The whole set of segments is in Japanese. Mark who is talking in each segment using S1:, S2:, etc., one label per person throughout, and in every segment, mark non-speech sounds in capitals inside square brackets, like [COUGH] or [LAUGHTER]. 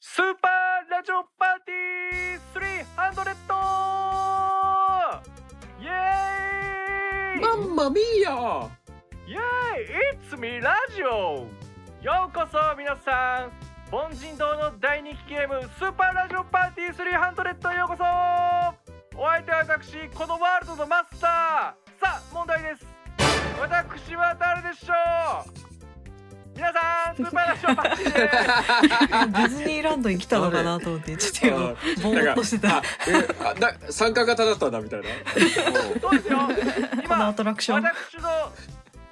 S1: スーパーラジオパーティー300イエーイ
S2: マンマミーヤ
S1: イエーイ !It's me ラジオようこそ皆さん凡人堂の大人気ゲームスーパーラジオパーティー300へようこそお相手は私このワールドのマスターさあ問題です私は誰でしょう皆さんスーパーラジオパーティーです
S3: [LAUGHS] ディズニーランドに来たのかなと思って、ちょっと今、ぼーっとしてた。
S2: あな参加型だったんだみたいな
S1: そうですよ
S3: この
S1: 今
S3: アトラクション。
S1: 私の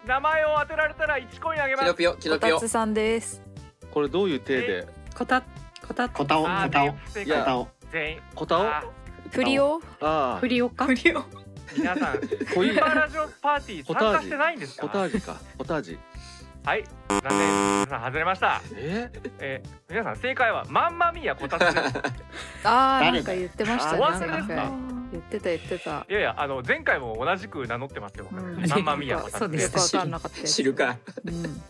S1: 名前を当てられたら1コインあげま
S2: キ
S1: す
S2: ノピオキノ
S4: こ
S2: ピ
S4: た
S2: オ
S4: つさんです。
S5: これどういう体で
S4: こたこた
S6: コタオ、
S1: あ
S6: コ
S1: ー
S6: タオ、
S1: 全員不正
S5: い
S1: 解
S5: や
S6: コタオ。
S1: 全員
S5: コタオ
S1: あ
S4: フリオ
S5: ああ
S7: 振りよか
S3: 不良。
S1: 皆さん
S5: こうい
S1: ス
S5: う
S1: ーパーラジオパーティー
S5: ポタ
S1: 参
S5: ージュ
S1: 加してないんです
S5: ポタ
S1: か
S5: ージュかポタージュ
S1: はい残念皆さん外れました、
S5: え
S1: えー、皆さん正解はマンマミーヤこたつ
S6: [LAUGHS]
S1: です
S4: ああ、な
S6: 誰
S4: んか言ってましたね。
S1: お忘れ
S4: な
S1: です
S4: ん
S1: か
S4: か言ってた言ってた
S1: い。やいやあの前回も同じく名乗ってますよ、
S4: うん
S1: マンマミーヤこ
S4: そ
S1: た
S4: う
S1: つ
S4: で。
S1: です
S4: よくわかんなかったです
S2: 知る。か
S4: うん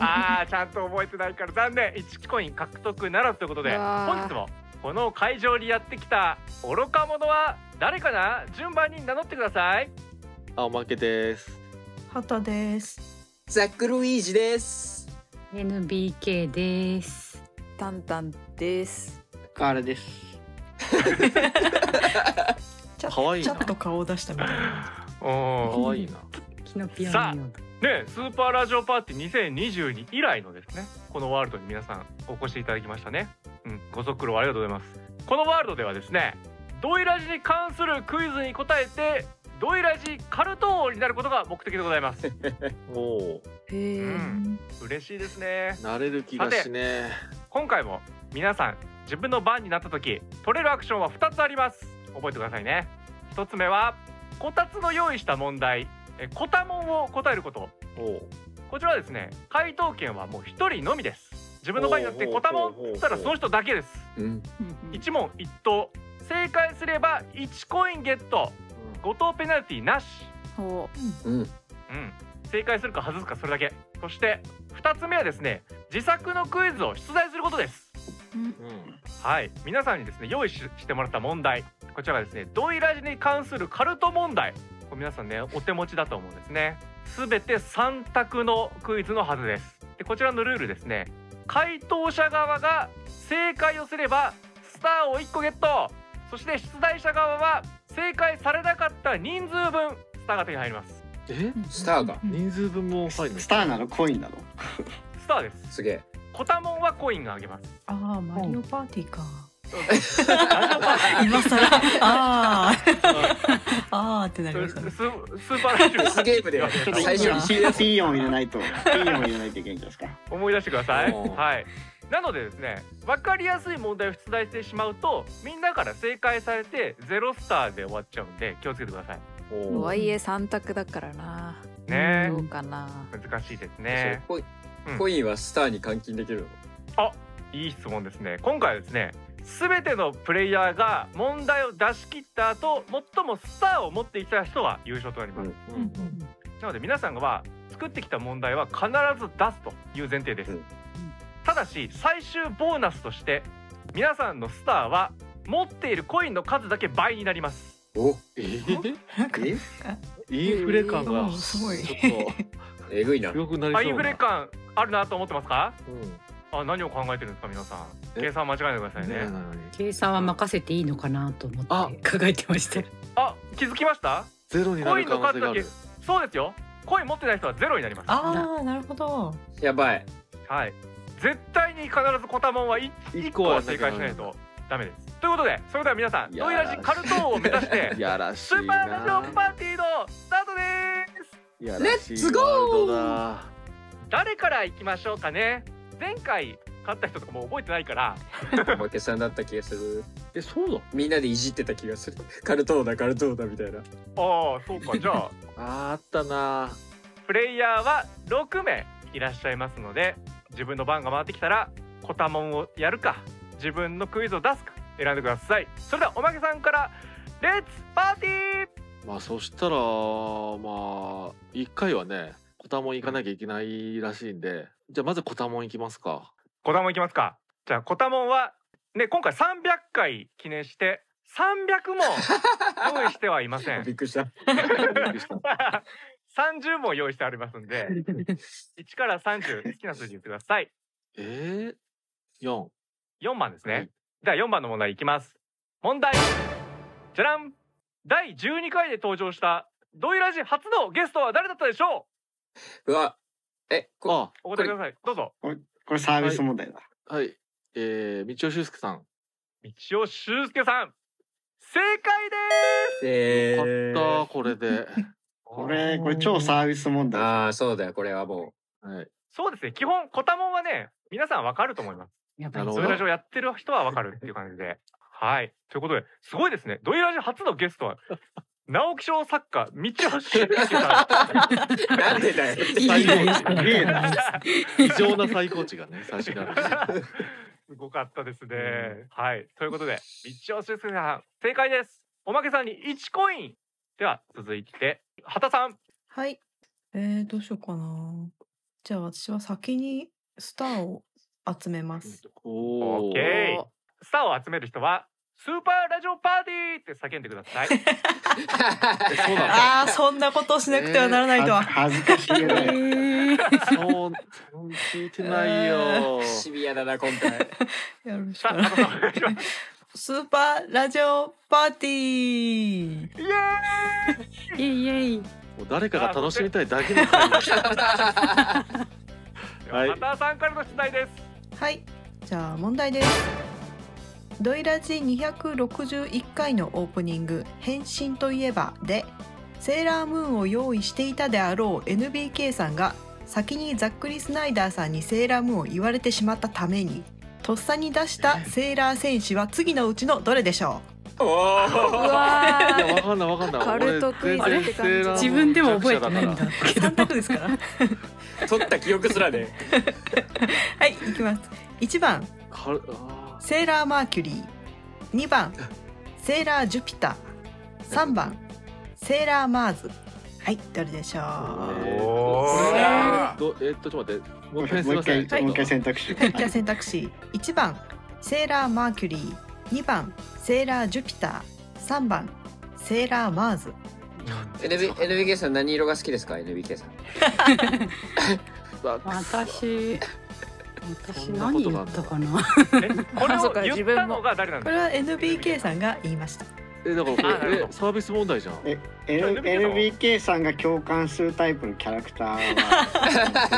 S1: あーちゃんと覚えてないから残念1コイン獲得ならずということで
S4: うわー
S1: 本日もこの会場にやってきた愚か者は誰かな順番に名乗ってください
S5: あおまけです
S3: ハです。
S2: ザック・ルイージです
S7: NBK です
S4: タンタンです。
S6: カールです。
S3: ちょ
S5: かわいい
S3: ちょ
S5: な
S3: っと顔を出したみたいな。
S1: おー
S5: かわいいな
S7: キノピオ
S1: さあ
S7: ニオン
S1: ね、スーパーラジオパーティー2022以来のですねこのワールドに皆さんお越しいただきましたね、うん、ご足労ありがとうございますこのワールドではですねドイラジに関するクイズに答えてドイラジカルト王になることが目的でございます
S5: おお
S4: へえ。
S1: ん嬉しいですね
S5: 慣れる気がしね
S1: 今回も皆さん自分の番になった時取れるアクションは2つあります覚えてくださいね1つ目はこたつの用意した問題えこたもんを答えること
S5: おお
S1: こちらはですね回答権はもう1人のみです自分の場合になって
S5: ほう
S1: こ
S5: ほう
S1: たもんっつったらその人だけです
S2: うん
S1: 一問一答正解すれば1コインゲット5答ペナルティなし
S4: ほう。
S2: うん
S1: うん正解するか外すかそれだけそして2つ目はですね自作のクイズを出題することです
S5: うん
S1: はい皆さんにですね用意ししてもらった問題こちらがですねドイラジに関するカルト問題これ皆さんねお手持ちだと思うんですねすべて3択のクイズのはずですでこちらのルールですね回答者側が正解をすればスターを1個ゲットそして出題者側は正解されなかった人数分スターが手に入ります
S5: え
S2: スターが
S5: 人数分も入るの
S6: スターなのコインなの
S1: スターです
S2: すげえ
S1: コタモンはコインがあげます
S3: ああ、マリオパーティーか。
S4: 今更。
S3: ああ。ああってな
S1: ス
S3: りましたね。
S1: ススーパーラジオ
S2: デスゲームでは
S6: ちょっと
S2: 最初
S6: 最初
S2: に
S6: に
S2: 知
S6: ピ
S2: り合っ
S6: ー音入れないと、ピー音入れないといけないんじゃないですか。
S1: 思い出してください。
S5: おー
S1: はい。なのでですね、分かりやすい問題を出題してしまうと、みんなから正解されてゼロスターで終わっちゃうんで気をつけてください。
S5: おお
S4: とはいえ三択だからな。
S1: ね
S4: どうかな。
S1: え、難しいですね。
S2: コイ
S1: うん
S2: コインはスターに換金できるの
S1: いい質問ですね。今回はですね、すべてのプレイヤーが問題を出し切った後、最もスターを持っていた人は優勝となります。
S5: う
S3: うん
S5: ん
S1: なので皆さんが作ってきた問題は必ず出すという前提です、
S2: うんうん
S1: ただし最終ボーナスとして皆さんのスターは持っているコインの数だけ倍になります
S2: お
S5: え
S3: なんか
S2: え
S5: インフレ感
S3: う
S5: が
S3: んすごい
S5: ちょっ
S2: えぐいな
S5: と良くなりそう
S1: あ
S5: な
S1: インフレ感あるなと思ってますか
S5: うん
S1: あ何を考えてるんですか皆さん
S5: え
S1: 計算間違えないでください
S5: なに
S1: ね
S5: なに
S7: 計算は任せていいのかなと思
S5: あ
S7: って考えてまし
S5: [LAUGHS]
S7: たよ
S1: あ気づきました
S5: ゼロになる可能性がある
S1: そうですよコイン持ってない人はゼロになります
S3: ああ、なるほど。
S2: やばい
S1: はい絶対に必ずコタモンは 1,
S5: 一
S1: 個
S5: 個
S1: は
S5: は
S1: 正解しないとダメですということでそれでは皆さん
S5: いやー
S1: ドイラジカルトーンを目指して
S5: やらし
S1: スー
S5: [LAUGHS] い
S1: パーラジ
S5: な
S1: オパーティーのスタートです
S5: レ
S2: レッツゴー
S1: 誰から行きましょうかね前回勝った人とかもう覚えてないから
S2: おまけさんだった気がする
S5: えそうだ
S2: みんなでいじってた気がするカルトーナカルトーナみたいな
S1: ああそうかじゃあ
S5: あーあったな
S1: プレイヤーは6名いらっしゃいますので自分の番が回ってきたらコタモンをやるか自分のクイズを出すか選んでくださいそれではおまけさんからレッツパーティー
S5: まあそしたらまあ一回はねコタモン行かなきゃいけないらしいんでじゃあまずコタモン行きますか
S1: コタモンいきますかじゃあコタモンはね今回300回記念して300も用意してはいません
S2: びっくりした。
S7: [LAUGHS]
S1: 30問用意してありますんで1から30好きな数字言ってください
S5: えー、4。
S1: 4番ですね、
S5: はい
S1: では4番の問題いきます問題じゃらん第12回で登場したドイラジ初のゲストは誰だったでしょ
S2: うわ。え、こ
S5: あ、
S1: うお答えくださいどうぞ
S6: これサービス問題だ。
S5: はい。えー、道尾修介さん。
S1: 道尾修介さん正解で
S2: え
S5: 買
S2: ー
S5: った、これ
S4: [LAUGHS]
S5: で。
S6: これ、これ超サービス問題。
S2: ああ、そうだよ。これはも
S5: はい。
S1: すそうですね基本コタモンはね皆さんわかると思います
S7: や
S5: な
S7: ば
S5: いるほ
S1: ド
S5: ど
S1: イラジをやってる人はわかるっていう感じで。はい。ということで、すごいですね。ドイラジ初のゲストは、直木賞作家、道尾修介さ
S2: う。なんでだよ。
S7: いいね
S5: すげえな異常な最高値がね、最初にある。
S1: ん。 [LAUGHS] すごかったですね。はい。ということで、道尾修介さん、正解です。おまけさんに1コイン。では、続いて、畑さん。
S3: はい。えー、どうしようかな。じゃあ私は先にスターを集めます。
S4: [LAUGHS]
S5: お
S1: オッ
S5: ー。
S1: ケー。スターを集める人は、スーパーラジオパーティーって叫んでください。
S5: そうなんだ。
S3: ああ、そんなことをしなくてはならないとは。
S6: 恥ずかしげ
S7: [LAUGHS]
S6: ない。
S5: そう、そう聞いてないよ。
S2: シビアだな、今回。
S3: よろしく
S1: さあ、
S3: お願い
S1: 畑
S3: し
S1: さんお願いします。
S3: ます。スーパーラジオパーテ
S1: イ
S3: ィー。
S1: エーイ
S7: イエイイエイ
S5: もう誰かが楽しみたいだけの会話
S1: で
S5: は
S1: はい畑さんからの出題です。
S3: はい。じゃあ問題です。ドイラジ261回のオープニング「変身といえば」でセーラームーンを用意していたであろう NBK さんが先にザックリ・スナイダーさんにセーラームーンを言われてしまったためにとっさに出したセーラー戦士は次のうちのどれでしょ
S2: [LAUGHS] お
S4: う
S2: お。
S5: いや、
S4: わ
S5: わかんないわかん
S4: [LAUGHS]
S5: ない。
S4: カルトクイズって感じ
S5: 俺全然
S7: 自分でも覚えてないん
S5: 弱者
S7: だ
S5: から
S3: う3択ですから
S2: 取った記憶すらね。
S3: はいいきます1番
S5: カルあ
S3: セーラーマーキュリー2番セーラージュピター3番セーラーマーズはいどれでしょ
S5: ー
S3: う
S5: えー
S1: おー
S5: これはどえーっとちょっと待って。も
S6: も
S5: う
S6: う
S5: 一回すいま
S6: 一
S5: せん。
S6: 回、もう一回選択肢。
S3: はいじゃあ選択肢1番セーラーマーキュリー2番セーラージュピター3番セーラーマーズ
S2: NB NBK さん何色が好きですか？NBK さん。
S7: 私
S5: そ
S7: 私
S5: んなことが
S7: 何言
S5: あん
S7: っ
S5: の
S7: たかな
S1: えこれ
S4: あそうか
S1: を言ったのが誰なん
S3: こ
S1: で
S3: れ
S1: すか
S3: は NBK さんが言いました
S5: えだからこ
S1: あ
S5: れえサービス問題じゃん。
S6: え N- NBK さんが共感するタイプのキャラクター
S2: [LAUGHS]
S4: わ
S6: は。
S4: か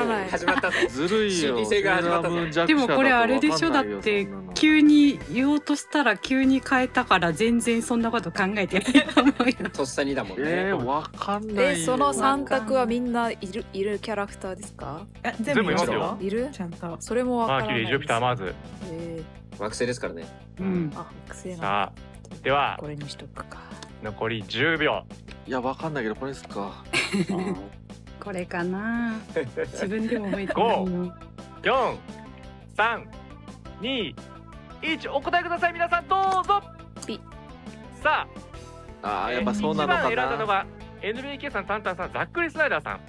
S4: らない
S2: 始まったぞ。
S5: ずるいよ。
S2: 心理性が始まったぞ
S5: セーラームーン弱者
S7: でもこれあれでし
S5: だと
S7: ょ
S5: わかんないよ
S7: だって
S5: そんなの
S7: 急に言おうとしたら急に変えたから全然そんなこと考えてないと思うよ
S2: とっさにだもんね。
S5: えー、わかんないよ。
S4: で、その
S7: 三
S4: 三択はみんないる、いるキャラクターですか。
S3: あ全部言いましたよ
S4: いる。
S3: ちゃんと
S4: それもわか
S1: マ
S4: ら
S1: ーキ
S4: な
S1: ュ
S4: い
S1: リ
S4: で
S1: ー、ジ
S4: す。
S1: ュピター、マーズ。
S4: え
S2: 惑星ですからね。
S7: う
S1: うん
S7: ん
S4: ー、あ、くせえな。
S1: さあ、では
S4: これにしとくか。
S1: 残り10秒。
S5: いや、わかんないけど、これですか。
S7: これ
S5: [LAUGHS]
S7: かな自分でも覚えてないよ
S1: 4、3、2、1、お答えください。皆さん、どうぞ
S4: ピ。
S1: さ
S5: あ
S1: あ、
S5: あ、やっぱそうなのか
S1: 1番選んだの
S5: な。
S1: が NBK さん、タンタンさん、ザックリ・スナイダーさん。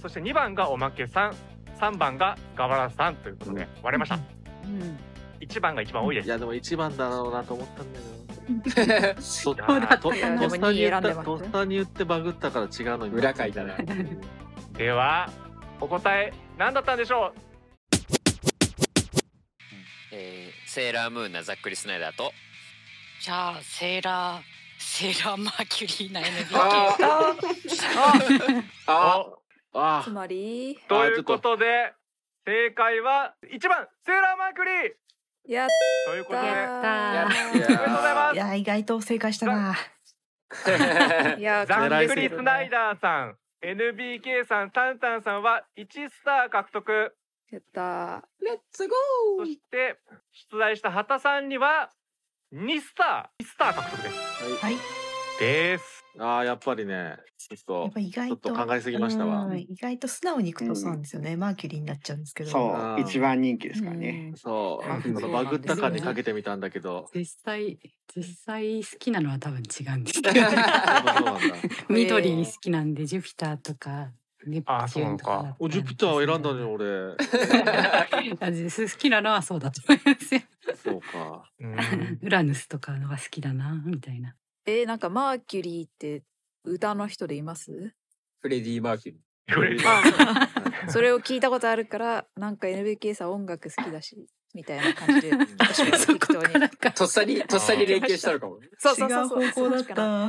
S1: そして2番がおまけさん、3番がガバラさんということで割れました。
S4: うん。
S1: 1番が一番多いで
S5: い
S1: す。
S5: や、でも一番だろうなと思ったんだけど。と
S1: いやー
S5: ととっ
S4: いやでも
S5: さに言っ
S4: 二位選んで
S5: た
S4: ます
S5: とっさに言ってバグったから違うのに
S2: 裏書いたな
S1: では、お答え、何だったんでしょう
S8: えーセーラームーンなざっくりスナイダーと
S9: じゃあセーラーセーラーマーキュリーな NBK
S2: あーあ
S5: あ
S4: つまり。
S5: あ
S1: ということで、正解は1番、セーラーマークリー
S4: やっ
S1: というこ
S4: た
S1: とで、
S2: やっ
S4: ー。
S1: お
S5: ーいや
S1: めでとうございます
S3: い。や意外と正解したな
S4: いや
S1: ザ
S5: ッ
S1: ッ
S5: ク
S1: ク
S5: リ
S1: リスナイダ
S4: ダ
S1: ーさん、NBK さん、タンタンさんは1スター獲得。
S4: やった
S1: そして出題した畑さんには2スター、1スター獲得です。
S3: はい
S1: です。
S5: ーあーやっぱりねち
S3: やっ
S5: ょっと
S3: ぱ意
S5: ちょ
S3: 外
S5: っと
S3: と
S5: 考えすぎましたわ
S3: うん意外と素直にいくとそうなんですよね、マーキュリーになっちゃうんですけど
S6: そう、一番人気ですからね。
S4: ー。
S5: そう
S1: あ
S5: あの
S4: そうなんですね
S5: バグった感にかけてみたんだけ
S7: [LAUGHS]
S5: ど
S7: 実際実際好きな [LAUGHS] のは多分違うんです
S5: そうなんだ
S7: 緑好きなんでジュピターとかネプ
S1: あーそう
S7: チュ
S1: な
S7: ー
S1: の
S7: ン
S1: か
S7: とかだったんですね。
S5: おジュピターを選んだね
S7: [LAUGHS]
S5: 俺。
S7: 感じです好きなのはそうだと思いますよ。
S5: そうか。
S1: うん
S7: [LAUGHS] ウラヌスとかのが好きだなみたいな。
S4: えー、なんかマーキュリーって歌の人でいます
S2: [LAUGHS] フレディ・マーキュリー。
S1: これ
S4: それを聞いたことある
S3: [LAUGHS]
S4: からなんか NBK さん音楽好きだしみたいな感じ
S3: [LAUGHS]
S4: で私も
S7: そ
S4: 適
S7: こ
S4: 当
S7: から
S4: に
S7: か。
S2: とっさに、とっさに連携したのかも。
S4: そう
S3: 違
S4: そうそううそう
S3: 方向だっ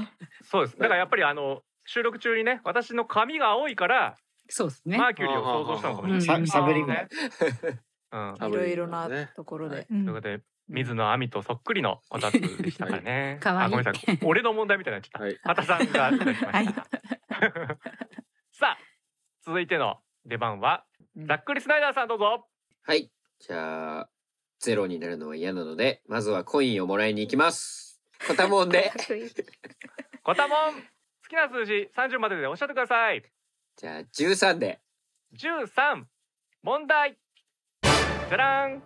S3: た。
S1: そうですだからやっぱりあの収録中にね私の髪が青いから
S7: そうですね。
S1: マーキュリーを想像したのかもしれない
S7: うん
S6: ササブリミナル
S1: ねうん
S4: いろいろなところで、
S3: う
S1: というこ
S3: ん
S1: とで水野亜美とそっくりのこたつでしたからね
S7: かわいい
S1: あごめんなさい俺の問題みたいになっちゃった
S5: はい。
S1: 畑
S4: [LAUGHS]
S1: さんがいただきました、 [LAUGHS] さあ続いての出番はざっくりスナイダーさんどうぞ
S2: はい。じゃあ、ゼロになるのは嫌なので、まずはコインをもらいに行きます。コタモンで。
S1: こたもん好きな数字30まででおっしゃってください
S2: じゃあ、13で。
S1: 13問題じゃらん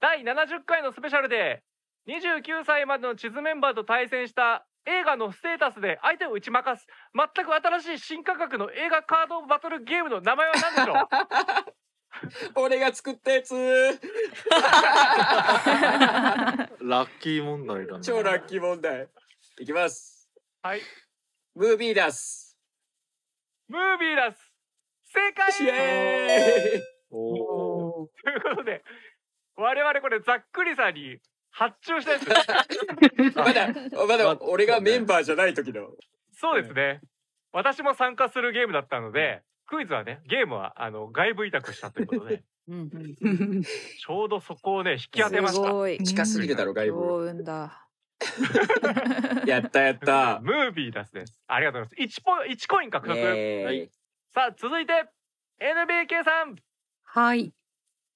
S1: 第70回のスペシャルで29歳までの地図メンバーと対戦した映画のステータスで相手を打ち負かす全く新しい新価格の映画カードバトルゲームの名前は何でしょう
S2: [LAUGHS] 俺が作ったやつ
S5: ラッキー問題だね。
S2: 超ラッキー問題。いきます。
S1: はい
S2: ムービーダス。
S1: ムービーラス正解
S2: イエーイ
S1: [LAUGHS]
S5: おー
S1: ということで我々これざっくりさんに発注したやつ
S2: まだ、まだ俺がメンバーじゃない時の。
S1: そうですね私も参加するゲームだったのでクイズはねゲームはあの外部委託したということで
S9: うんうん
S1: ちょうどそこをね引き当てまし
S4: す
S1: た。
S4: ごい
S2: 近すぎるだろ、外部。
S4: 幸運だ
S2: やったやった。
S1: ムービーダスです。ありがとうございます。一ポ一コイン獲得。
S2: え
S5: はい
S1: さあ続いて NBK さん。
S7: [LAUGHS] はい。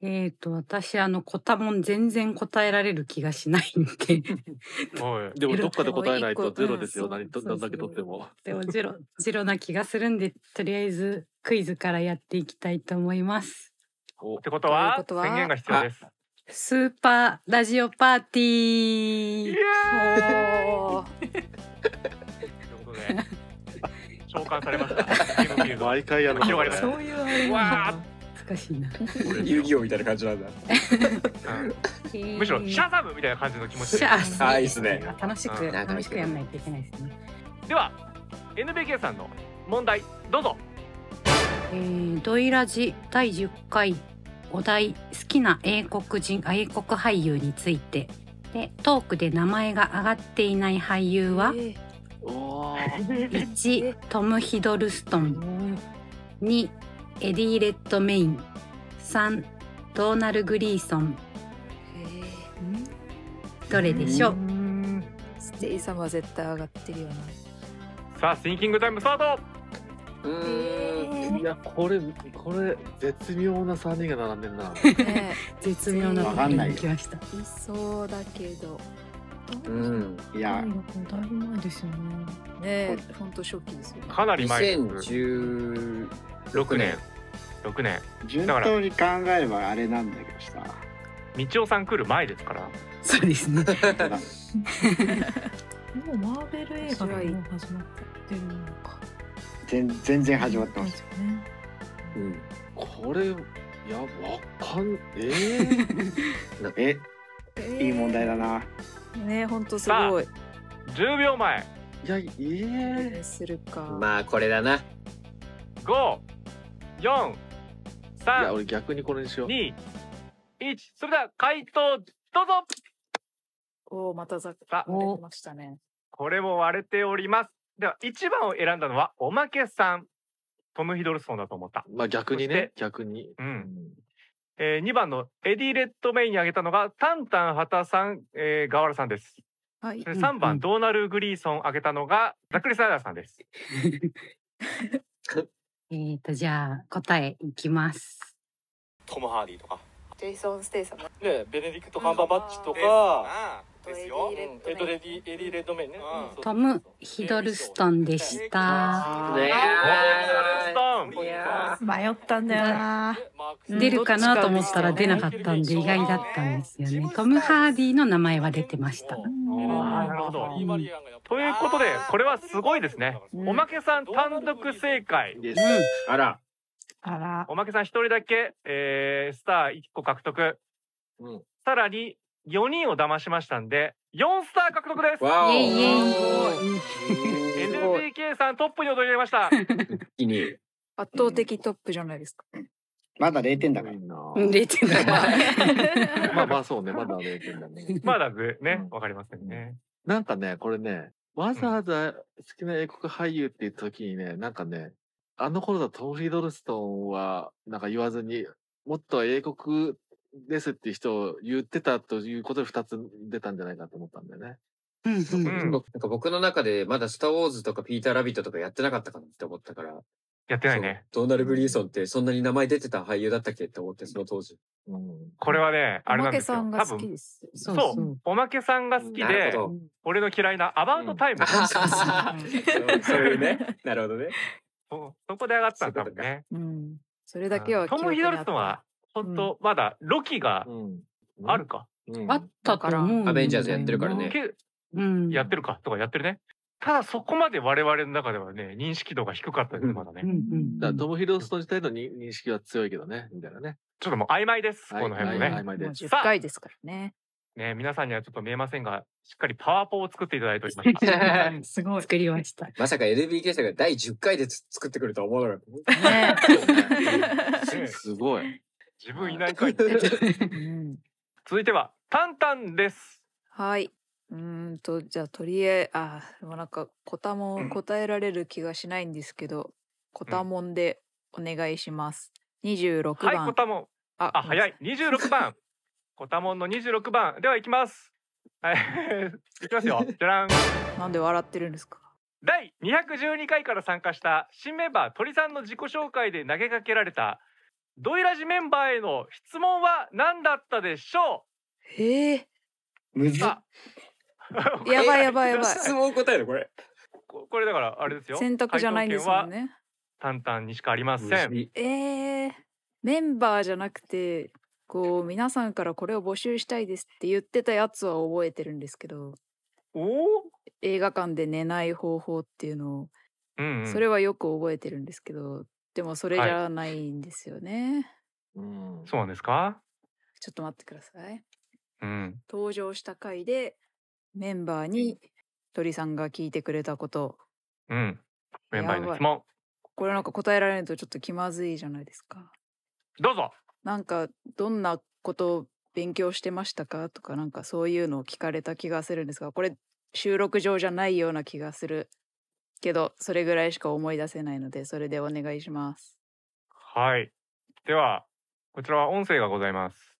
S7: えっ、と、私、あの、こたもん全然答えられる気がしないんで、
S1: おい。
S5: でもどっかで答えないとゼロですよ。
S4: うん
S5: 何と
S7: そ
S5: ど
S7: うそうん
S5: だけ取っても。
S7: でもゼロ、ゼロな気がするんで、とりあえずクイズからやっていきたいと思います。
S5: お
S1: っ。てことは
S4: ということは
S1: 宣言が必要です。
S7: スーパーラジオパーティ
S1: イエ
S7: ー
S1: ーイ。
S4: おー
S1: ということで召喚されました。ゲームフィ
S5: [LAUGHS]
S1: ールド
S5: 毎回やるの
S1: 広がりま
S3: そういうあれ
S1: わ
S3: な
S1: ー
S3: んだ
S7: 難しいな。
S2: 遊戯王みたいな感じなんだ。
S1: むしろシャ
S7: ャ
S1: ザムみたいな感じの気持ち
S7: シ
S1: で。
S7: ャー
S2: あいいっすね
S7: 楽しく、
S1: うん
S7: 楽しくやんないといけないですね。
S1: では NBK さんの問題どうぞ。
S7: えー、ドイラジ第10回お題「好きな英国人あ英国俳優」についてでトークで名前が挙がっていない俳優は
S4: えー
S5: おー
S7: 1トム・ヒドルストン2エディ・レッドメイン3ドーナル・グリーソンどれでしょう
S4: ジェイさんは絶対上がってるよな
S1: さあシンキングタイムスタート。
S2: うーん。
S5: いやこれこれ絶妙な三人が並んでるな。
S4: ね
S7: 絶妙なところに来ました
S4: [LAUGHS] えいそうだけど
S2: うん。
S6: いや、
S3: だいぶ前ですよね。
S4: ねえ本当初期ですよね
S1: かなり前です。
S2: 2016
S1: 6年
S2: 年。。
S1: 6年。
S6: 順当に考えればあれなんだけどさ。
S1: 道夫さん来る前ですから。
S7: そうですね
S3: もうマーベル映画がもう始まってるのか。
S6: 全全然始まってます。
S3: よね。
S2: うん。
S5: これいやわかんえー [LAUGHS]
S6: え、
S4: え
S6: いい問題だな。
S4: ねえ本当すごい
S1: 10秒前。
S5: いやえー
S4: 何するか、
S2: まあ、これだな。
S1: 五、四、
S5: いや
S1: 三、
S5: 俺逆にこれにしよう。
S1: 二、一。それでは回答どうぞ。
S4: おおまたざっく
S1: さあ
S4: り出てましたね
S1: これも割れております。では一番を選んだのはおまけさん。トムヒドルソンだと思った。
S5: まあ逆に
S1: そして
S5: ね逆に。
S1: うん。えー二番のエディレッドメインに挙げたのがタンタンハタさん、えー、ガワラさんです。
S4: はい
S1: それ三
S7: う
S1: 番
S7: ん
S1: ドーナルグリーソン挙げたのがザックリサイダーさんです。
S7: [LAUGHS] えっとじゃあ答えいきます
S10: トム・ハーディとか、
S4: ジェイソン・ステイさん
S10: ね、ベネディクト・カンバーバッチとか、
S11: か
S10: ですよエドレディ・エディ・レッドメインね、
S11: うん
S10: そう
S7: トム・ヒドルストンでし
S2: ね
S7: た。
S1: あー
S10: ね
S1: トムヒドルストン
S2: いや
S3: 迷ったんだよな。
S7: うん出るかなと思ったら出なかったんで意外だったんですよね。トム・ハーディの名前は出てました。
S1: あーなるほどということでこれはすごいですね。おまけさん単独正解。
S5: です
S2: あら。
S7: あら。
S1: おまけさん一人だけ、えースター1個獲得。
S2: うん
S1: さらに4人を騙しましたんで、4スター獲得です。
S2: わお。
S7: イエイイエイ
S2: すごい
S1: NBK さんトップに躍り出ました。
S2: 一気に。
S4: 圧倒的トップじゃないですか。
S6: まだ0点だから。
S5: ま
S7: 出てない。
S5: あまあそうねまだ0点だね
S1: まだずね
S5: うん、
S1: わかりませんね。
S5: なんかねこれねわざわざ好きな英国俳優って言った時にねなんかねあの頃だとトム・ヒドルストンはなんか言わずにもっと英国ですっていう人を言ってたということで2つ出たんじゃないかと思ったんだよね。
S7: うん
S1: う
S7: うん
S1: ん
S2: [LAUGHS] なんか僕の中でまだ「スター・ウォーズ」とか「ピーター・ラビット」とかやってなかったかなって思ったから、
S1: やってないね。
S2: そうドーナル・グリーソンってそんなに名前出てた俳優だったっけって思ってその当時
S5: うん
S1: これはね、
S4: お
S1: あれな
S4: ま
S1: んで
S4: け
S1: す
S4: さ
S1: よ
S4: ん。が
S1: 多
S4: 好き
S1: 分、
S4: です。
S1: そう
S7: そうそう
S1: おまけさんが好き
S2: なる
S1: で
S2: ほ、ど
S1: 俺の嫌いなアバウトタイム。
S2: あそうそう [LAUGHS]
S7: う
S2: そういうねなるほどね
S1: そうそこで上がったんだもんね。
S4: うん。それだけは
S1: トム・ヒドルストンは、
S4: ん
S1: 本当まだロキが
S5: うん
S1: あるか、
S5: うん
S7: あったと思う。
S2: アベンジャーズやってるからね
S1: け
S7: うん。
S1: やってるかとかやってるね。ただそこまで我々の中ではね、認識度が低かったです、まだね。
S7: うんうん。
S5: だからトム・ヒドルストン自体のに認識は強いけどねみたいなね。
S1: ちょっともう曖昧です、
S5: はい
S1: この辺も
S5: はいは
S1: ね
S5: い。
S4: もう
S5: 曖昧です
S4: 10回ですから
S1: [LAUGHS]
S4: ね。
S1: ね、皆さんにはちょっと見えませんが、しっかりパワーポを作っていただいておりま
S2: [LAUGHS]
S1: した。
S7: すごい。作りました。
S2: まさか NBK さんが第10回でつ作ってくるとは思わなかった
S7: ね。
S1: ね
S5: すごい。
S1: 自分いないかい。
S4: うん
S1: 続いては、タンタンです。
S4: はい。うーんと、じゃあ、とりあえあ、でもなんか、こたもん答えられる気がしないんですけど、こたもんでお願いします。26
S1: はい、
S4: 番。
S1: コタモン。
S4: あ
S1: あ、早い。。26番。コタモンの26番。では、いきます。はい。 [LAUGHS] いきます
S4: [LAUGHS]
S1: よ。じゃらん。
S4: なんで笑ってるんですか
S1: 第212回から参加した新メンバー鳥さんの自己紹介で投げかけられたドイラジメンバーへの質問は何だったでしょ
S4: ええ
S6: むずっ
S1: あう
S4: やばいやばいやばい。
S2: 質問答えるこれ
S1: [LAUGHS] ここれだからあれですよ
S4: 選択じゃないんですもん
S1: 回答
S4: ね。
S1: 権は淡々にしかありません
S4: ええメンバーじゃなくて、こう、皆さんからこれを募集したいですって言ってたやつは覚えてるんですけど、
S1: おお、
S4: 映画館で寝ない方法っていうのを、
S1: うんうん、
S4: それはよく覚えてるんですけどでもそれじゃないんですよね、
S5: うん
S1: そうなんですか
S4: ちょっと待ってください
S1: うん
S4: 登場した回でメンバーに鳥さんが聞いてくれたこと
S1: うんメンバーへの質
S4: や
S1: 問
S4: これなんか答えられるとちょっと気まずいじゃないですか
S1: どうぞ
S4: なんかどんなことを勉強してましたかとかなんかそういうのを聞かれた気がするんですがこれ収録上じゃないような気がするけどそれぐらいしか思い出せないのでそれでお願いします
S1: はいではこちらは音声がございます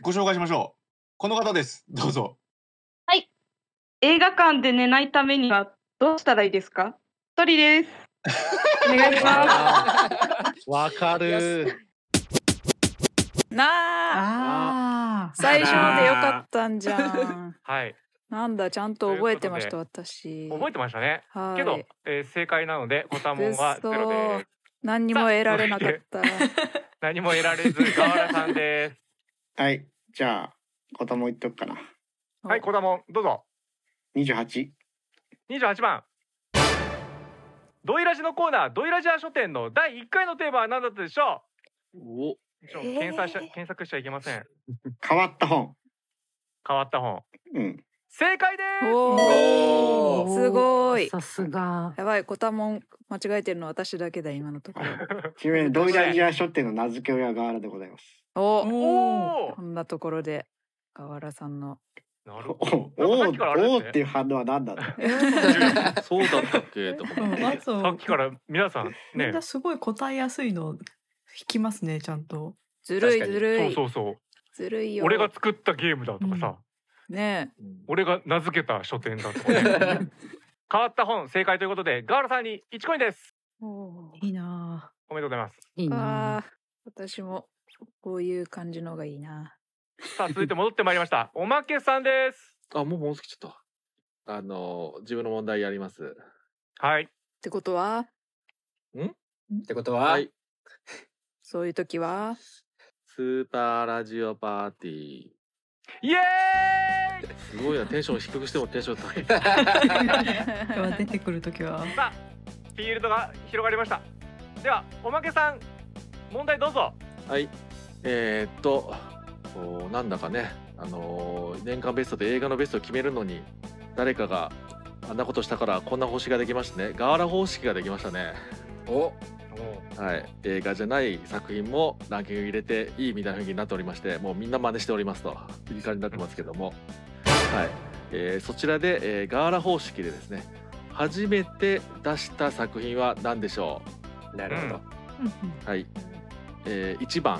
S10: ご紹介しましょう。この方です。どうぞ。
S11: 映画館で寝ないためにはどうしたらいいですか一人です。お願いしま
S5: [LAUGHS] わかる。
S4: なあ
S3: ああ。
S4: 最初のでよかったんじゃん。
S1: はい
S4: なんだちゃんと覚えてました
S1: と
S4: 私。
S1: 覚えてましたね
S4: はい。
S1: けど、えー正解なのでコタモンはゼロ
S4: 嘘
S1: です
S4: 何にも得られなかった。
S1: 何も得られず河原さんです
S6: はい。じゃあ、子供言っとくかな。
S1: はい、こだもん、どうぞ。
S6: 28。
S1: 二十八番。ドイラジのコーナー、ドイラジア書店の第一回のテーマは何だったでしょ
S5: お
S1: う。ちょ検索しちゃ、検索しちゃいけません。
S6: 変わった本。
S1: 変わった本。
S6: うん。
S1: 正解です。
S4: おおすごい。
S7: さすが。
S4: やばいコタモン間違えてるの私だけだ今のとこ
S1: [LAUGHS]
S6: ちなみに、ドイラジア書店の名付け親ガーラでございます。
S4: ろ。お
S1: おお
S4: こ。んなところで河原さんの。
S1: なる
S6: お
S1: ほど。
S6: お
S1: なんかさっ
S6: お
S1: きからあれですね
S6: おっていう反応は何だろう
S5: そうだったっけとか。
S3: うんまず
S1: さっきから皆さん
S3: みん
S1: ね、
S3: なすごい答えやすいの引きますねちゃんと。
S4: ずる
S2: 確
S4: い
S2: かに
S4: ずる
S1: そう
S4: い
S1: そうそ。
S4: ずるいうよ。
S1: 俺が作ったゲームだとかさ、
S4: ねえ
S1: 俺が名付けた書店だとか
S4: [LAUGHS]
S1: ね。変わった本正解ということで、ガールさんに一コインです。
S3: いいな
S1: おめでとうございます。
S7: いいな。
S4: あー私もこういう感じのがいいな。
S1: さあ続いて戻ってまいりました。おまけさんです。
S5: あもうもうつきちゃった。あの自分の問題やります。
S1: はい。
S4: ってことは
S2: ってことは、
S5: はい。
S4: そういう時は
S5: スーパーラジオパーティー。
S1: イエーイ。
S5: すごいなテンション低くしてもテンション高い。
S3: あ。
S4: [LAUGHS]
S3: では出てくるときは。
S1: フィールドが広がりましたではおまけさん問題どうぞ
S5: はい。えーっと、こうなんだかね、あのー年間ベストで映画のベストを決めるのに、誰かがあんなことしたからこんな方式ができましたね。ガーラ方式ができましたね。
S2: お
S5: はい、映画じゃない作品もランキング入れていいみたいな雰囲気になっておりましてもうみんな真似しておりますという感じになってますけども、はいえーそちらで、えーガーラ方式でですね初めて出した作品は何でしょ
S2: うなるほど、
S5: はい、えー1番、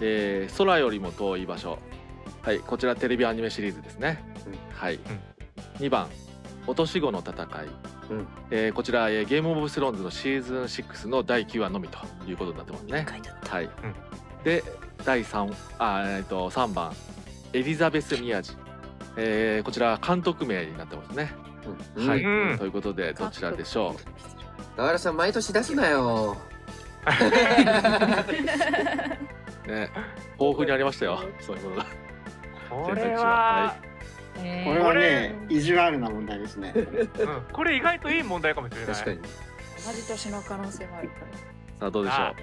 S5: えー空よりも遠い場所」はいこちらテレビアニメシリーズですね、はい、2番「落とし子の戦い」
S2: うん
S5: えーこちら、えーゲームオブスローンズのシーズン6の第9話のみということになってますね。はい。で第三あえっ、と三番エリザベス宮治、えーこちら監督名になってますね。
S2: うん
S5: はい、
S2: うん
S5: ということでどちらでしょう。
S2: 河原さん毎年出すなよ
S5: ね豊富にありましたよ。そういうものが。
S1: これは、
S6: これはね、意地悪な問題ですね。
S1: うんこれ意外といい問題かもしれない
S6: 確かに
S4: 同じ年の可能性もあるから。
S5: さあどうでしょう。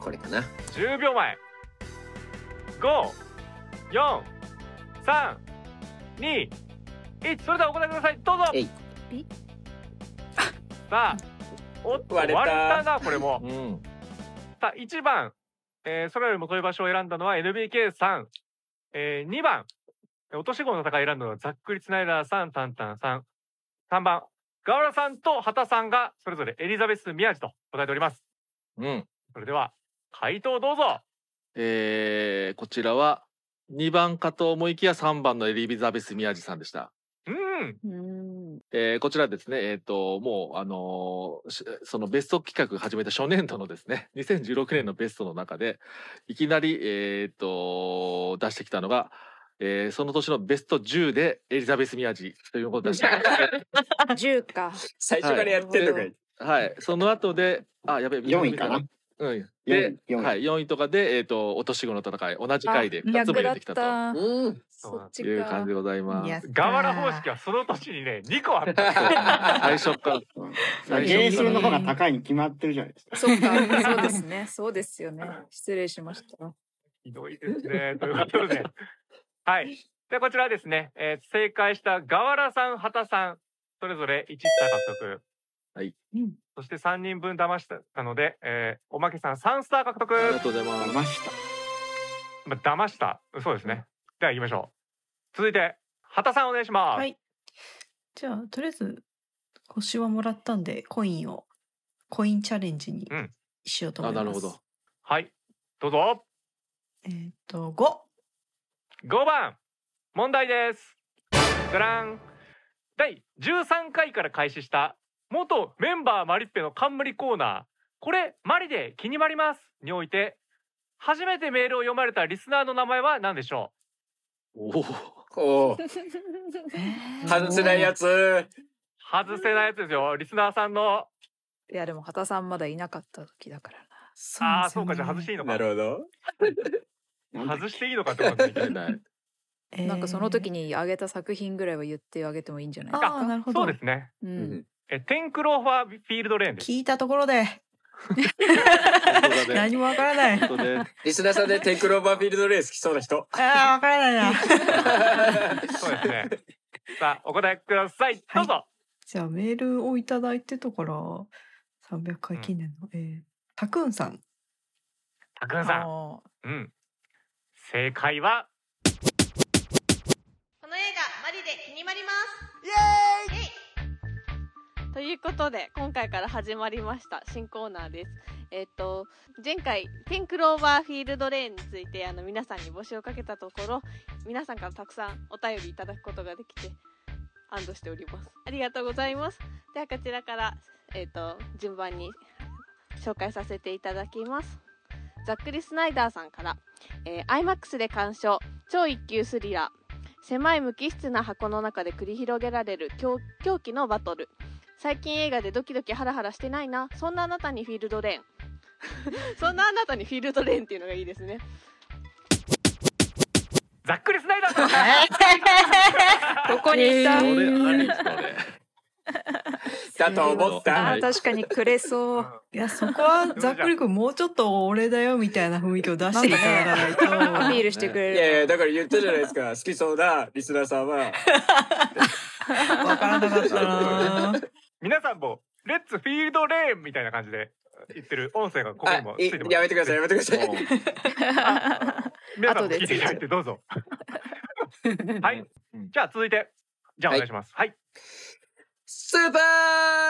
S2: これかな
S1: 10秒前54321それではお答えくださいどうぞ
S2: えい
S1: さあおっと割
S2: 割
S1: れ
S2: れ
S1: た
S2: た
S1: なこれも、さあ1番、えー、空よりも遠い場所を選んだのは NBK さん、えー、2番落とし子の戦いを選んだのはざっくりスナイダーさんタンタンさん3番ガワラさんと畑さんがそれぞれエリザベス宮治と答えております
S5: うん。
S1: それでは回答どうぞ
S5: えーこちらは2番かと思いきや3番のエリザベス宮治さんでした。
S4: うん。
S5: えーこちらですね、えっ、と、もう、あのーしそのベスト企画始めた初年度のですね、2016年の [LAUGHS] ベストの中で、いきなり、えっ、と、出してきたのが、えーその年のベスト10でエリザベス・宮治ということを
S2: [LAUGHS]
S5: 出してきた。
S4: 十か。
S2: 最初からやってんのかい
S5: はい、その後で、あ、やべえ、
S2: 4位かな。
S5: うん、で、はい、4位とかで、えっ、と、お年子の戦い、同じ回で2つも入れてきたと。
S4: と。
S2: うん。
S4: そっち
S5: いう感
S4: か
S5: じ。でございます。
S1: ガワラ方式はその年にね2個あった
S5: 最初から。
S6: まあゲーセンの方が高いに決まってるじゃないですか。
S4: そうか。そうで
S5: [LAUGHS]
S4: すね。そうですよね。失礼しました。
S1: ひどいですね。ということで。はい。で、こちらはですね、えー正解したガワラさん、ハタさん、それぞれ1スター獲得。
S5: はい。
S1: そして3人分騙したので、えーおまけさん3スター獲得。ありが
S5: とうございます。
S1: 騙した。まあ、騙した。そうですね。では行きましょう。続いて、ハタさんお願いします。
S3: はい。じゃあとりあえず星はもらったんでコインをコインチャレンジにしようと思います。
S1: ど。はい。どうぞ。
S3: えっと五。
S1: 5番問題ですじゃらん第13回から開始した元メンバーマリッペの冠コーナーこれマリで気にまりますにおいて初めてメールを読まれたリスナーの名前は何でしょ
S5: お
S2: お
S4: [LAUGHS]
S1: う
S2: 外せないやつ
S1: 外せないやつですよリスナーさんの
S4: いやでも畑さんまだいなかった時だからな。
S1: ああそうかじゃあ外していいのかなるほど外していいのかってことですね
S4: なんかその時にあげた作品ぐらいは言ってあげてもいいんじゃないです
S1: あ
S4: か。
S1: なるほどそうですね、
S4: うん
S1: えテンクローファーフィールドレーンです
S3: 聞いたところで
S5: ね
S3: 何もわから
S5: [LAUGHS]
S3: ない。あ
S2: リスナーさんでテンクローバーフィールドレース来そうな
S4: [LAUGHS]
S2: 人
S3: あわからないな。
S1: そうですねさあお答えくださいどうぞ、
S3: じゃあメールをいただいてたから300回記念の、えーたくんさん。
S1: たくんさ
S4: ん。
S1: うん。正解は。
S12: この映画マリで気にまりますイエーイということで今回から始まりました新コーナーですえっ、と前回テンクローバーフィールドレーンについてあの皆さんに募集をかけたところ皆さんからたくさんお便りいただくことができて安堵しておりますありがとうございますではこちらからえっ、と順番に紹介させていただきますざっくりスナイダーさんから、えー、IMAX で鑑賞超一級スリラー狭い無機質な箱の中で繰り広げられる狂狂気のバトル最近映画でドキドキハラハラしてないなそんなあなたにフィールドレーンそんなあなたにフィールドレーンっていうのがいいですね
S1: ざっくりスナイダーさん
S12: ここにいた
S5: これありですか
S2: だと思った。
S4: あー確かにくれ
S2: [LAUGHS]
S4: そう。
S3: いや、そこはざっくりくんもうちょっと俺だよみたいな雰囲気を出していただかないと。
S4: アピールしてくれる。
S2: いやいや、だから言ったじゃないですか。好きそうなリスナーさんは。
S3: わからなかったな [LAUGHS] ぁ。
S1: 皆さんもレッツフィールドレーンみたいな感じで言ってる音声がここにもついてます。
S2: やめてください、やめてください。
S1: 皆さんも聞いていただいてどう [LAUGHS] ぞ。はい。じゃあ続いて、じゃあお願いします。はい。
S2: スーパ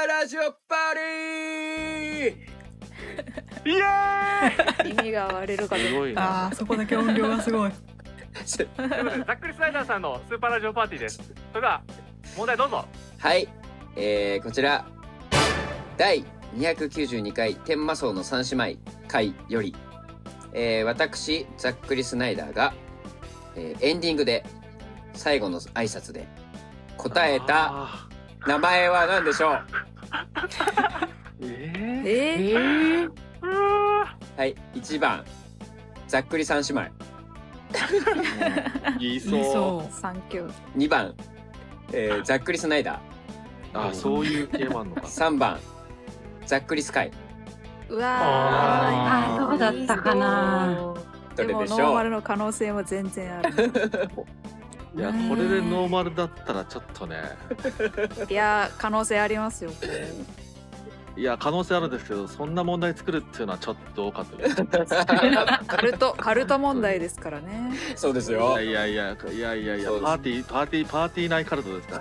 S2: ーラジオパリー
S1: イエ
S4: ーイ耳が割れるかと
S5: 思った
S3: ああ、そこだけ音量がすごい。
S1: ということでざっくりスナイダーさんのスーパーラジオパーティーです。それでは問題どうぞ。
S2: [LAUGHS] はい、えー、こちら第292回天魔荘の三姉妹会より、えー、私ザックリスナイダーが、えーエンディングで最後の挨拶で答えた名前は何でしょう
S5: え
S4: [LAUGHS] えー、
S2: はい1番ざっくり三姉妹
S5: 言
S2: 言
S5: い
S2: いそ
S4: 三強。
S2: 2番、えー、ざっくりスナイダー
S5: あそういう系もあんのか
S2: 3番ざっくりスカイ
S4: うわー
S7: あーどうだったかな
S2: どれ
S4: でも
S2: でし
S4: ノー
S2: ょ
S4: マル
S2: う
S4: の可能性も全然ある。
S2: [LAUGHS]
S5: いやこれでノーマルだったらちょっとね
S4: いやー可能性ありますよ。
S2: [LAUGHS]
S5: いや可能性あるんですけどそんな問題作るっていうのはちょっとどうかという
S4: カルトカルト問題ですからね。
S2: そうですよ
S5: いやいやいやいやいや
S2: そうです
S5: パーティーパーティーパーティー内カルトですか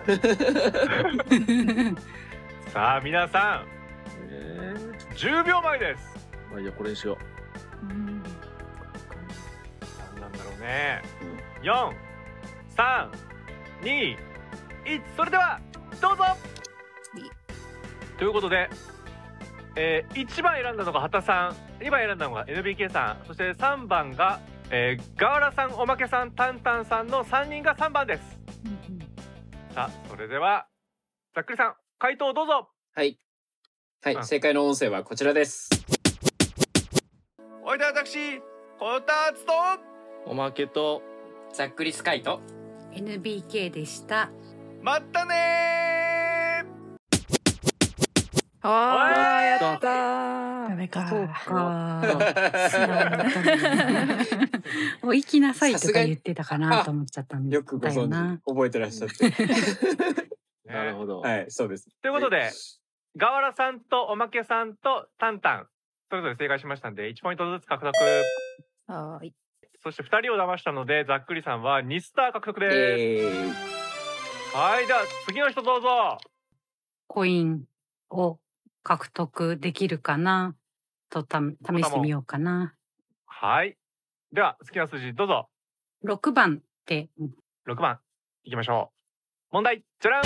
S5: ら、
S1: さあ皆さ
S5: え
S1: ん、10秒前です。
S5: ーまあ、いやこれにしよ
S1: 何なんだろうね。4、3、2、1、それではどうぞということで、えー、1番選んだのが畑さん2番選んだのが NBK さんそして3番が、えー、ガワラさんおまけさんタンタンさんの3人が3番です、さあそれではざっくりさん回答をどうぞ
S2: はいはい正解の音声はこちらです
S13: おいで私こたつとおまけとざっくりスカイと
S7: NBK でした
S13: またね
S4: あ
S13: や
S4: ーや
S13: っ
S4: ったたー。
S3: ダメか。
S7: そうか知らなかったね [LAUGHS] もう行きなさいとか言ってたかなと思っちゃったんだよ
S2: よくご存
S7: な
S2: 知覚えてらっしゃって
S5: うなるほど、
S2: はいそうです
S1: ということで、ガワラさんとおまけさんとタンタンそれぞれ正解しましたんで1ポイントずつ獲得
S4: はい。
S1: そして2人を騙したのでざっくりさんは2スター獲得です、
S2: え
S1: はいでは次の人どうぞ
S7: コインを獲得できるかなとた試してみようかな
S1: はい。では、好きな数字どうぞ。
S7: 6番って
S1: 6番、いきましょう。問題、じゃらん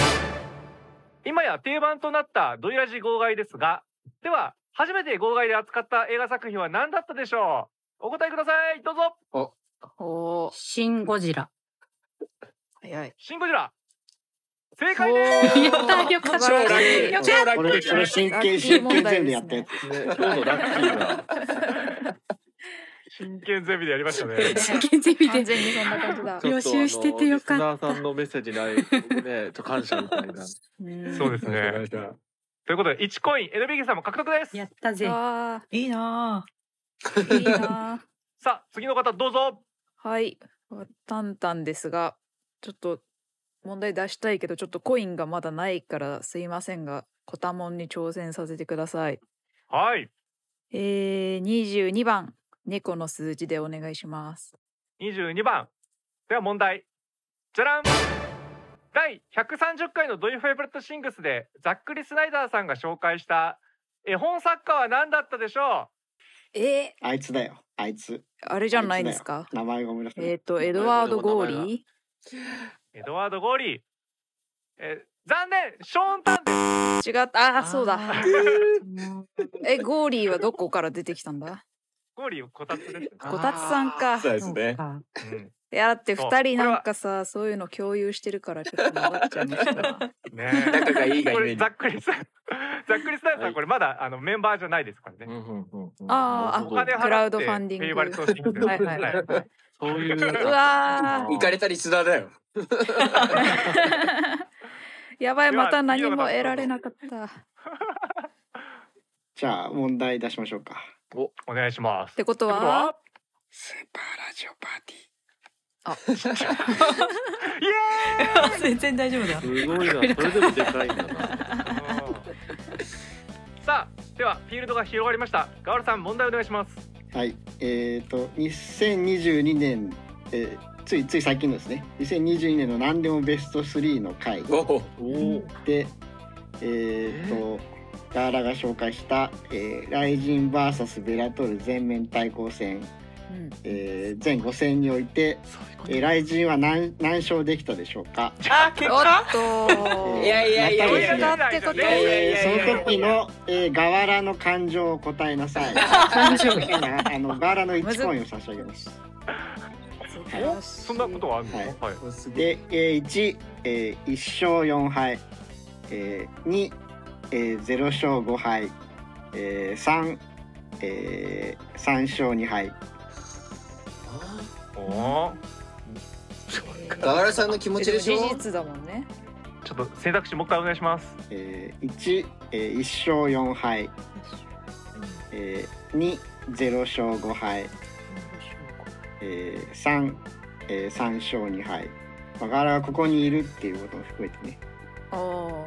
S1: 今や定番となったドイラジ号外ですが、では、初めて号外で扱った映画作品は何だったでしょうお答えくださいどうぞ
S4: おー
S7: シン・ゴ [LAUGHS] ジラ
S4: 早い。
S1: シンゴジラ正解です
S7: やったよかった
S6: 超ラッキー
S7: よかっ
S6: 超ラ
S7: た
S6: ッキーこれこれ真剣真剣全部やったやつ
S5: 今日のラッキーな
S1: 真剣ゼミでやりました
S2: [LAUGHS]
S1: ね。
S7: 真剣ゼミで
S4: 完全にそんな感じだ
S5: [LAUGHS] ちょっと。
S7: 予習しててよかった
S5: あのリスナーさんのメッセージないねちょっと感謝みたいな
S1: そうですね。ということで、1コイン、NBK さんも獲得です
S7: やったぜ
S4: あ
S3: いいな
S4: ーいいな
S1: さあ、次の方どうぞ
S4: ー。はい。タンタンですが、ちょっと問題出したいけど、ちょっとコインがまだないからすいませんが、コタモンに挑戦させてください。
S1: はい。
S4: えー、22番、猫の数字でお願いします。
S1: 22番では問題じゃらん第130回の「ドイフェイブレットシングス」でざっくりスナイダーさんが紹介した絵本作家は何だったでしょ
S4: え
S6: あいつだよあいつ
S4: ー、あれじゃないんです
S6: あい
S4: か
S6: つだよ名前が思い出せない
S4: えっ、ー、と、エドワード・ゴーリー
S1: うエドワード・ゴーリーえ残念ショーン・タンです
S4: 違った、あー、そうだ。
S3: [LAUGHS]
S4: え、ゴーリーはどこから出てきたんだ
S1: ゴーリーこたつですね
S4: こたつさんか。
S2: そうですね
S1: うん
S4: いやだって
S1: そう
S4: 二人なんかさそういうの共有してるからちょっと分っちゃいま [LAUGHS] したわ
S1: ねえ
S2: 仲がいいが
S1: こ
S2: ゆえ
S1: れ
S2: に
S1: ざっくりスざっくりスナイダーさんこれまだあのメンバーじゃないですからね
S4: あーあ
S1: お金払って
S4: クラウドファンディング
S1: フェイバリットシングス
S4: はいはいは
S5: そういう
S4: うわ
S2: 行かれたリスナーだよ
S4: ーやばい
S1: では
S4: [LAUGHS] また何も得られなかった
S6: じゃあ問題出しましょうか。
S1: お、お願いします。
S4: ってことは
S6: スーパーラジオパーティー。
S4: あ
S3: 全然大丈夫だ
S5: すごいなそれでもでかいんだな
S1: さあではフィールドが広がりましたガールさん問題お願いします
S6: はい、えっ、と2022年、えーついつい最近のですね。2022年の何でもベスト3の回で、えっ、とガーラが紹介した、えー、ライジン VS ベラトル全面対抗戦、えー、全5戦において、えー、ライジンは何何勝できたでしょうか。
S1: あ
S6: 結
S4: おっと
S6: いやいやいやいやいや
S4: またですね
S6: えーその時の、えー、ガワラの感情を答えな [LAUGHS] さい。
S4: 感情
S6: あのガワラの1コインを差し上げます。
S1: おそんなことはあるのはい、
S6: で、えー、1、えー、1勝4敗、えー、2、えー、0勝5敗、えー、3、えー、3勝2敗。
S1: お
S2: ガワラさんの気持ちでしょ
S4: 事実だもんね
S1: ちょっと選択肢もう一回お願いします
S6: えー、1、えー、1勝4敗、えー、2、0勝5敗、えー、3、えー、3勝2敗。まあ、ガーラがここにいるっていうことも含めてね。
S4: お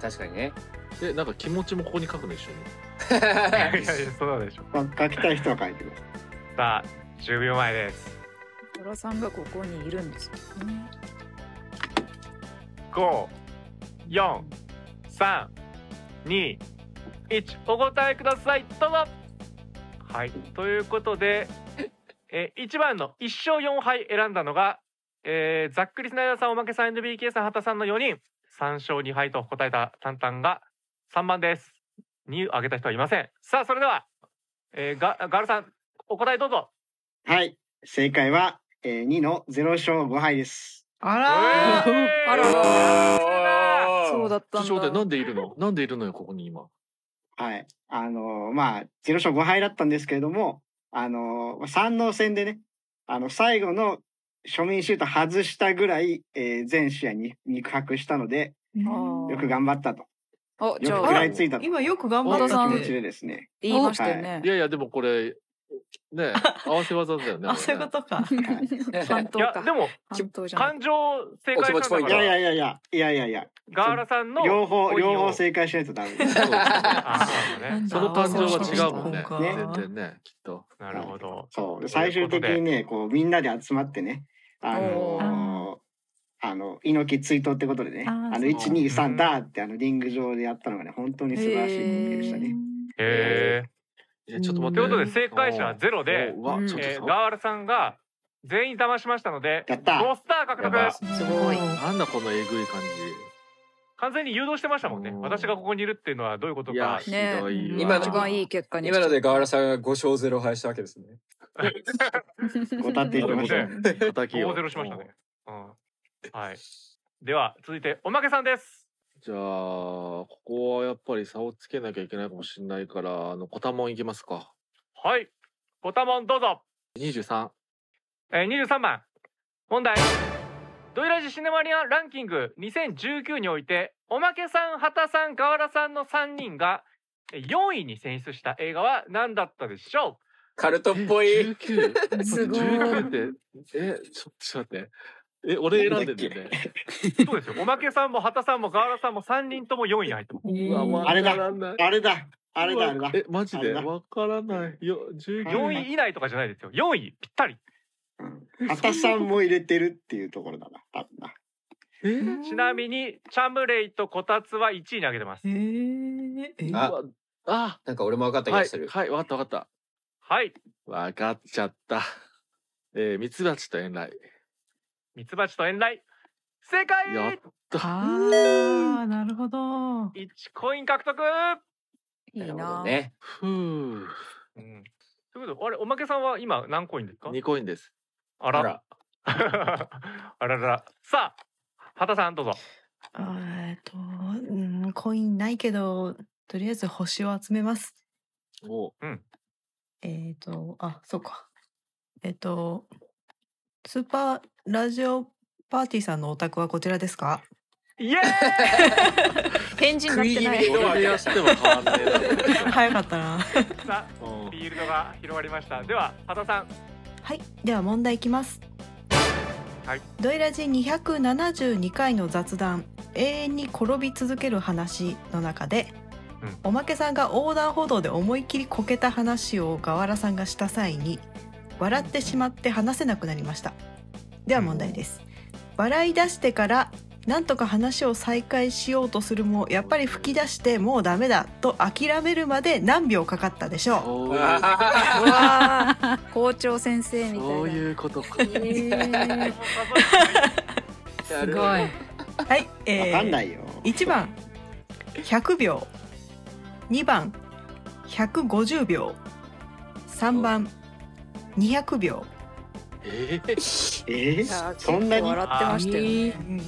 S2: 確かにね
S5: でなんか気持ちもここに書くんでしょ
S1: いやいやそうなんでしょ
S6: まあ、書きたい人は書いてください。
S1: さあ10秒前です
S4: トラさんがここにいるんですよね
S1: 五、四、三、二、一、お答えください。どうぞ。はい、ということで、えー、一番の一勝四敗選んだのが、えー、ざっくりスナイダーさん、おまけさん、NBK さん、畑さんの四人。三勝二敗と答えたタンが三番です。二上げた人はいません。さあ、それでは、えー、がガールさん、お答えどうぞ。
S6: はい、正解は、えー、2の0勝5敗です。
S3: あら
S4: ーあらそうだったん
S5: ちょっと待っ
S4: だ
S5: てなんでいるのなんでいるのよここに今
S6: はい。あのーまあ、0勝5敗だったんですけれども、あのー、三能戦でね、あの、最後の庶民シュート外したぐらい、えー全試合に肉薄したので、よく頑張ったと。
S4: おじ
S6: よ
S4: ゃ
S6: く
S4: あ
S6: 食らいついたと。
S3: 今よく頑
S4: 張ったって
S6: 気持ちでですね。
S4: 言いましたよね
S5: いやいやでもこれね合わせ技だよね
S3: あそういうことか
S4: 半島か
S1: でも
S4: 半島じゃない
S1: 感情正解したんだ
S6: い
S1: か
S6: やいや
S1: ら
S6: いやいや、いやいやいや。
S1: ガーラさんの
S6: 両方、
S1: コインを
S6: 両方正解しないとダメです。
S2: [LAUGHS]
S5: その感情は違うもんね
S6: そうそうそう
S5: 全然ねきっと
S1: なるほど
S6: そう最終的にねこうみんなで集まってねあのーあの猪木追悼ってことでね
S3: あ
S6: あ
S3: ー
S6: の123だーってあのリング上でやったのがね本当に素晴らしい光景でしたね。
S1: へ
S5: え。ちょっと待
S1: ということで正解者はゼロで、
S5: おううわちょっと
S1: えーガールさんが全員騙しましたので、
S6: やった
S1: ロスター獲得。
S4: すごい
S5: なんだこのえぐい感
S1: [LAUGHS] 完全に誘導してましたもんね。私がここにいるっていうのはどういうことか。
S4: ね
S5: い
S2: 今の
S4: 一番いい結果に
S2: 今のでガワラさんが5勝0敗したわけですね
S6: ごたていきましょう。
S5: じ敵を
S1: 大ゼロしましたね。うんはい。では続いておまけさんです。
S5: じゃあここはやっぱり差をつけなきゃいけないかもしれないからあのコタモンいきますか
S1: はい。ボタモンどうぞ。
S5: 23
S1: えー、23番問題ドイラジシネマリアランキング2019においておまけさん畑さん河原さんの3人がえー4位に選出した映画は何だったでしょう
S2: カルトっぽい
S6: [LAUGHS]
S4: すごい
S5: 19ってえちょちょっと待ってえ俺選んでんだよね
S1: そうですよおまけさんも畑さんも河原さんも3人とも4位に入ってます
S5: うわわ
S6: あれだ
S5: からない
S6: あれだあれだあれだ
S5: えマジ
S6: あれ
S5: で
S6: だ
S5: わからないよ19
S1: 4位以内とかじゃないですよ4位ぴったり
S6: 畑さんも入れてるっていうところだな多分な。
S1: ちなみにチャムレイとこたつは1位に上げてます
S3: えー、え
S2: あ
S5: あ
S2: なんか俺も分かった気がする、
S5: はい、はい、わかったわかった
S1: はい
S5: わかっちゃったえー、ミツバチと遠雷
S1: ミツバチと遠雷正解
S5: やっ
S3: ああなるほど
S1: 1コイン獲得
S4: [LAUGHS] いいな
S2: ね
S5: ふう
S1: ということであれおまけさんは今何コインですか
S5: 2コインです
S1: あらら [LAUGHS] あらららさあ畑さんどうぞ
S3: あーえっと、うん、コインないけど、とりあえず星を集めます。
S5: お
S1: うん
S3: えっ、と、あ、そうか。えっ、と、スーパーラジオパーティーさんのお宅はこちらですか [LAUGHS]
S1: イエーイ
S4: 返事になってない。
S3: 早かったな。
S1: さあフィールドが広がりましたでは畑さん
S3: はい、では問題いきます。
S1: はい
S3: ドイラジ272回の雑談「永遠に転び続ける話」の中で、おまけさんが横断歩道で思いっきりこけた話をガワラさんがした際に笑ってしまって話せなくなりましたでは問題です、笑い出してからなんとか話を再開しようとするもやっぱり吹き出してもうダメだと諦めるまで何秒かかったでしょう
S4: [LAUGHS] 校長先生みたいな。そういう
S5: ことか。
S3: すごい。はい、えー、
S6: わかんないよ。
S3: 一番100秒、二番150秒、三番200秒。
S5: え
S6: えそんなに
S3: 笑ってましたよね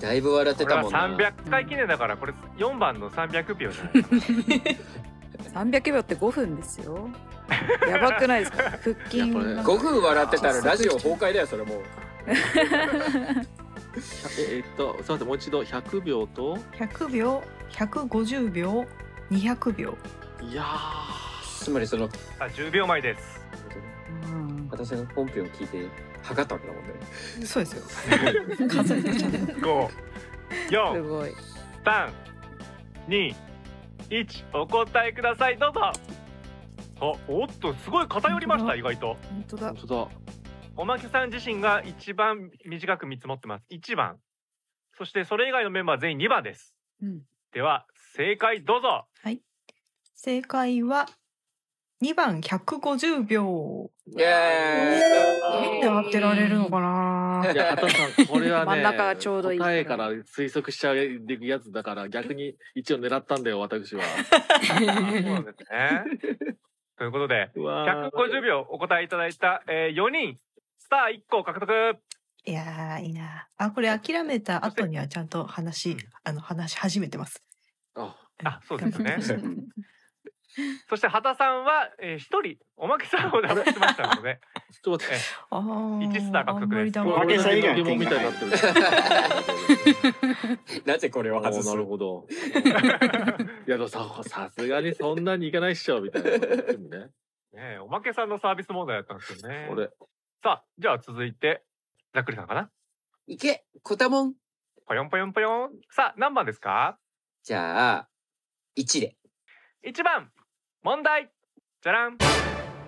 S2: だいぶ笑って
S1: これは
S2: たもんな
S1: 300回記念だからこれ4番の300秒じゃない
S4: 三百秒って五分ですよ。やばくないですか。腹筋。
S2: 5分笑ってたらラジオ崩壊だよそれもう
S5: えっとすみませんもう一度100秒と
S3: 100秒、150秒、200秒。
S5: いや
S2: つまりその
S1: あ10秒前です
S2: 私が本編を聞いて測ったわけだもんね
S4: [LAUGHS]
S3: そうですよ
S2: 数
S3: えてちゃん
S1: 五、四、三、二、一、お答えください。どうぞ。あ、おっと、すごい偏りました。意外と。
S4: 本当だ。
S5: 本当だ。
S1: おまけさん自身が一番短く見積もってます。一番。そして、それ以外のメンバー全員二番です。
S4: うん
S1: では、正解どうぞ。
S3: 正解は二番150秒。なんで待ってられるのかな。
S5: いや、畑さん、これはね、
S3: 真ん中がちょうどいい
S5: 答えから推測しちゃうやつだから、逆に一応狙ったんだよ、私は。
S1: ね。ということで、
S5: わー
S1: 150秒お答えいただいた、えー、4人、スター1個獲得。
S3: いやーいいな。あこれ諦めた後にはちゃんと話、あの話し始めてます。
S5: あ、
S1: そうです
S3: [LAUGHS]
S1: ね。そして、畑さんは、えー、1人、おまけさんを出しましたので、
S5: ちょっと待
S1: って、
S3: あー
S1: 1スター獲得です。
S5: おまけさん以外の点が入る
S2: なぜこれを
S5: 外すなるほ [LAUGHS] ど。いや、でもさ、さすがにそんなにいかないっしょ、みたいな。でもね
S1: ねえ、おまけさんのサービス問題だったんですよね。
S5: これ
S1: さあ、じゃあ続いて、ざっくりさんかな。
S2: いけ、こたもん。
S1: ぽよんぽよんぽよん。さあ、何番ですか
S2: じゃあ、1で。
S1: 1番、問題。じゃらん。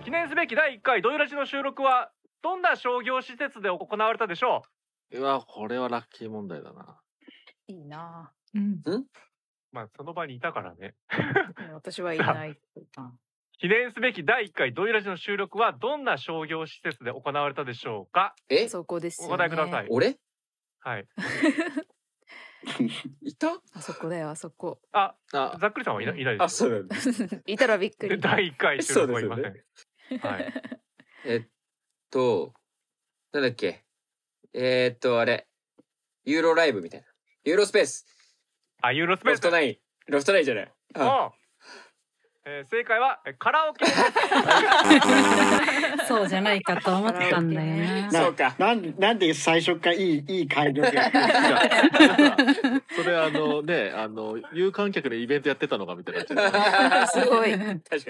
S1: 記念すべき第1回ドイラジの収録は、どんな商業施設で行われたでしょ
S5: うわ、これはラッキー問題だな。
S4: いいな
S3: うん。
S1: うまあ、その場にいたからね。
S4: ぁ。私はいない。
S1: 記念すべき第1回ドイラジの収録は、どんな商業施設で行われたでしょうか
S2: え
S4: そこですよ、
S1: お
S4: ね。
S1: 答えください。
S2: 俺
S1: はい。
S2: いた
S4: あそこだよあそこ。
S1: あ、ざっくりさんはいないいないです。
S2: あそうなんだ
S4: いたらびっくり。
S1: 第1回収録はいません。
S2: はい。えっと、なんだっけ。えーっと、あれ。ユーロライブみたいな。ユーロスペース。
S1: あ、ユーロスペース。
S2: ロフトナイン。ロフトナインじゃない。
S1: うんえー正解はえカラオケ。
S7: そうじゃないかと思ったんだよな。
S6: そうか。なんなんで最初からいいいい会議で。
S5: [LAUGHS]
S7: [LAUGHS]
S5: それあのね、あの、有観客でイベントやってたのかみたいな感 [LAUGHS]
S4: [LAUGHS] すごい。
S2: 確かに。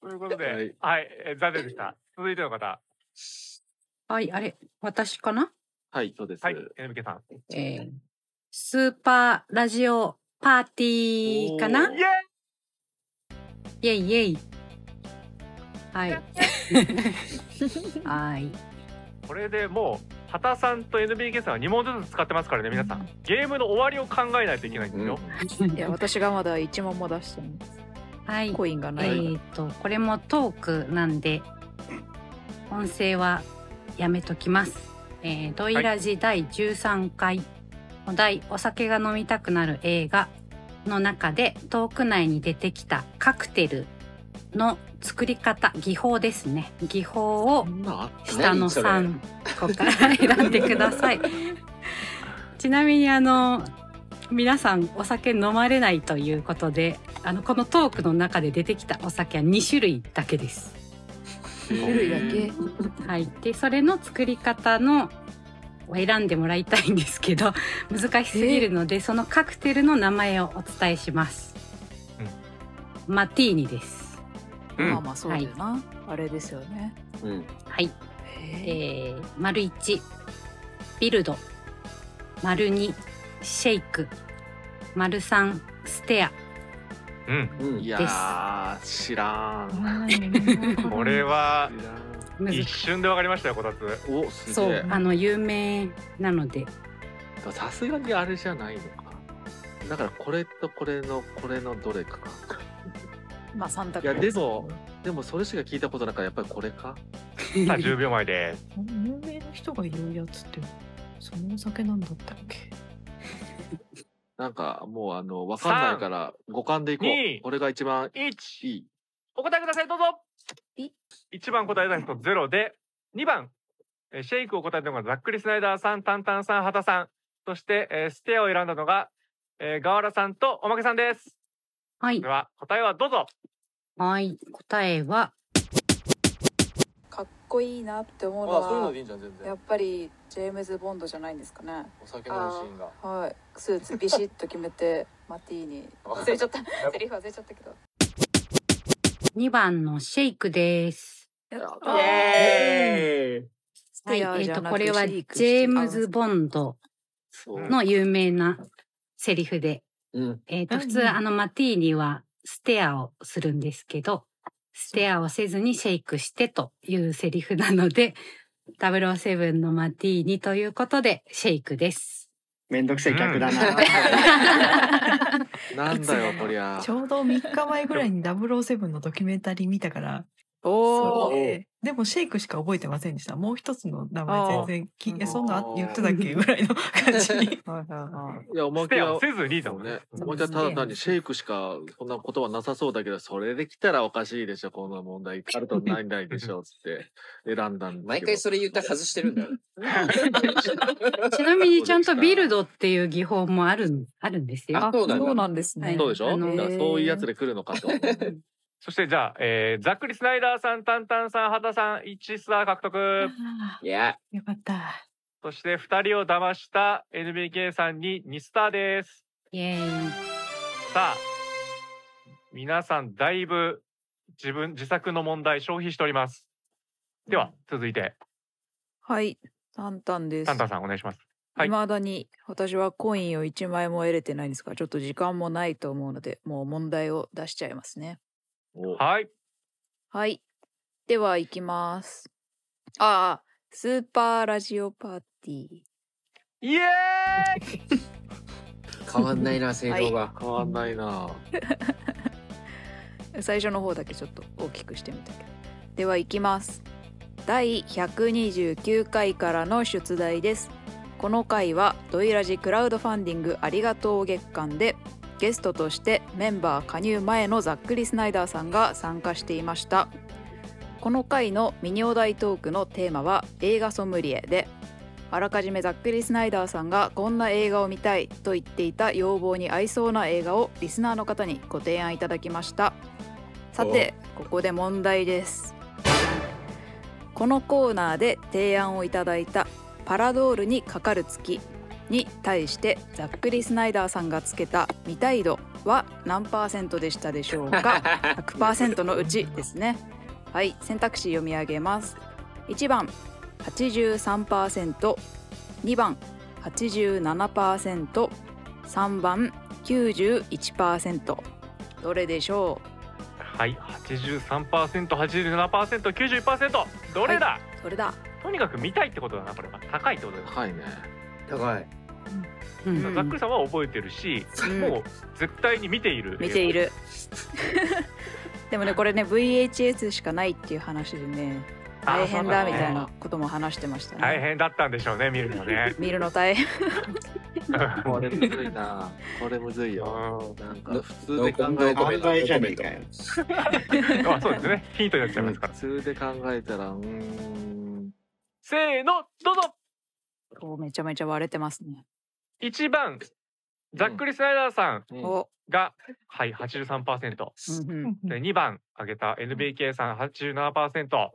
S1: ということで、はい、はいえー残念でした。続いての方、
S7: はい、あれ、私かな
S5: はい、そうです。
S1: はい、えみけさん。
S7: えースーパーラジオパーティーかな
S1: イエ
S7: イェイイェイ。はい。はい。
S1: これでもう畑さんと NBK さんは2問ずつ使ってますからね皆さんゲームの終わりを考えないといけないんですよ、
S4: [LAUGHS] い
S7: [LAUGHS]
S4: や私がまだ一問も出してない。
S7: はい。
S4: コインがない
S7: えーっと、これもトークなんで、音声はやめときます。えー、ドイラジ第13回、お題、お酒が飲みたくなる映画の中で、トーク内に出てきたカクテルの作り方、技法ですね。技法を下の
S4: 何それ
S7: 3個から選んでください。ちなみにあの皆さんお酒飲まれないということであのこのトークの中で出てきたお酒は2種類だけです。
S4: 種類だけ。
S7: はい、でそれの作り方のを選んでもらいたいんですけど難しすぎるのでそのカクテルの名前をお伝えします、マティーニです
S4: まあまあそうだよな、あれですよね
S2: うん
S7: はい。えー、丸一ビルド、丸二シェイク、丸三ステア。
S5: うん。いやー、知らん。
S1: これは
S7: 難しい
S1: 一瞬でわかりましたよこたつ
S5: おす
S7: そうあの有名なので、
S5: さすがにあれじゃないのか。だからこれとこれのこれのどれかか。
S4: まあ三択
S5: いやでもでもそれしか聞いたことないからやっぱりこれか。
S1: さあ10秒前です
S3: この有名な人が言うやつってそのお酒なんだったっけ
S5: なんかもうあのわかんないから五感でいこ
S1: 二
S5: う。これが一番
S1: 1
S5: いい。
S1: お答えくださいどうぞ1番答えた人ゼロで2番えーシェイクを答えたのがざっくりスナイダーさんタンタンさん畑さんそして、えーステアを選んだのが、えー、ガワラさんとおまけさんです
S7: はい
S1: では答えはどうぞ
S7: はい答えは
S4: かっこいいなって思うの
S13: あそういうの
S4: は
S13: でいいんじゃん全然
S4: やっぱりジェームズ・ボンドじゃないんですかね
S13: お酒飲むシーンが
S4: あーはいスーツビシッと決めてマティーニ忘れちゃったセリフ忘れちゃったけど
S7: 二番のシェイクです。
S4: イ
S7: エ
S2: ーイ。
S7: は
S4: ス
S7: い、
S4: テア
S7: えっ、
S4: じゃ
S7: と
S4: なく
S7: これは
S4: シェイ
S7: ジ
S4: ク
S7: ェームズボンドの有名なセリフで、
S2: うん。
S7: えっ、と普
S4: うん
S7: 通あのマティーニはステアをするんですけど、ステアをせずにシェイクしてというセリフなので、007のマティーニということでシェイ
S4: [LAUGHS]
S7: クです。
S6: めんどくせえ客だ
S5: [LAUGHS]
S6: な。
S5: なんだよこりゃ
S3: [LAUGHS] ち。ょうど3日前ぐらいに007のドキュメンタリー見たから。
S4: お
S3: そ
S4: ー
S3: うでもシェイクしか覚えてませんでした。もう一つの名前全然聞いえ、そんな
S5: あー
S3: 言ってたっけぐらいの感じに。 [LAUGHS]
S5: いやおまけは
S1: せずにだ
S5: もんね。おまけはただ単にシェイクしかこんな言葉なさそうだけどそれできたらおかしいでしょこの問題カルトないんだいでしょっつって選んだんです
S2: 毎回それ言ったら外してるんだ。
S7: ちなみにちゃんとビルドっていう技法もあるん、あるんですよ。
S5: あそうなんだそうなん
S4: です
S7: はい
S5: そうでしょ、
S7: あの
S5: だからそういうやつで来るの
S13: [LAUGHS]
S5: かと。
S1: そしてじゃあ、えー、ざっくりスナイダーさんタンタンさん畑さん1スター獲得
S2: いや
S3: よかった。
S1: そして2人を騙した NBK さんに2スターです
S7: イエーイ。
S1: さあ皆さんだいぶ自分自作の問題消費しておりますでは続いて
S4: はいタンタンです
S1: サンタさんお願いします
S4: いまだに私はコインを1枚も得れてないんですがちょっと時間もないと思うのでもう問題を出しちゃいますね
S1: はい
S4: はいでは行きますああスーパーラジオパーティー
S1: イエーイ
S2: 変わんないな、性能が。
S5: 変わんないな。
S4: 最初の方だけちょっと大きくしてみたけどでは行きます第129回からの出題ですこの回はドイラジクラウドファンディングありがとう月間でゲストとしてメンバー加入前のザックリ・スナイダーさんが参加していましたこの回のミニお題トークのテーマは映画ソムリエであらかじめざっくりスナイダーさんがこんな映画を見たいと言っていた要望に合いそうな映画をリスナーの方にご提案いただきましたさてここで問題ですこのコーナーで提案をいただいた「パラドールにかかる月」に対してざっくりスナイダーさんがつけた「見たい度」は何パーセントでしたでしょうか100%のうちですねはい選択肢読み上げます1番 83%2 番 87%3 番91%どれでしょ
S1: はい83%87% 91%どれだ、
S4: うそれだ
S1: とにかく見たいってことだなこれは高いってことだ
S5: 高いね
S2: 高い
S1: ざっくりさんは覚えてるし、もう絶対に見ている
S4: 見ている [LAUGHS] でもねこれね VHS しかないっていう話でね
S1: あ
S4: 大変だ
S1: そうだね
S4: みたいなことも話してましたね
S1: 大変だったんでしょうね見るのね
S4: 見るの大変
S5: これむずいな。これむずいよ。なんか普通で
S6: [LAUGHS]
S5: 考え
S6: 販売じゃねえかよ。
S1: [LAUGHS] あそう
S4: [LAUGHS]
S1: ですねヒントになっちゃいますから
S5: 普通で考えたら、うーん。
S1: せーのどうぞ
S4: おめちゃめちゃ割れてますね
S1: 1番ざっくりスナイダーさん
S4: お
S1: が、はい83%、で2番挙げた NBK さん87%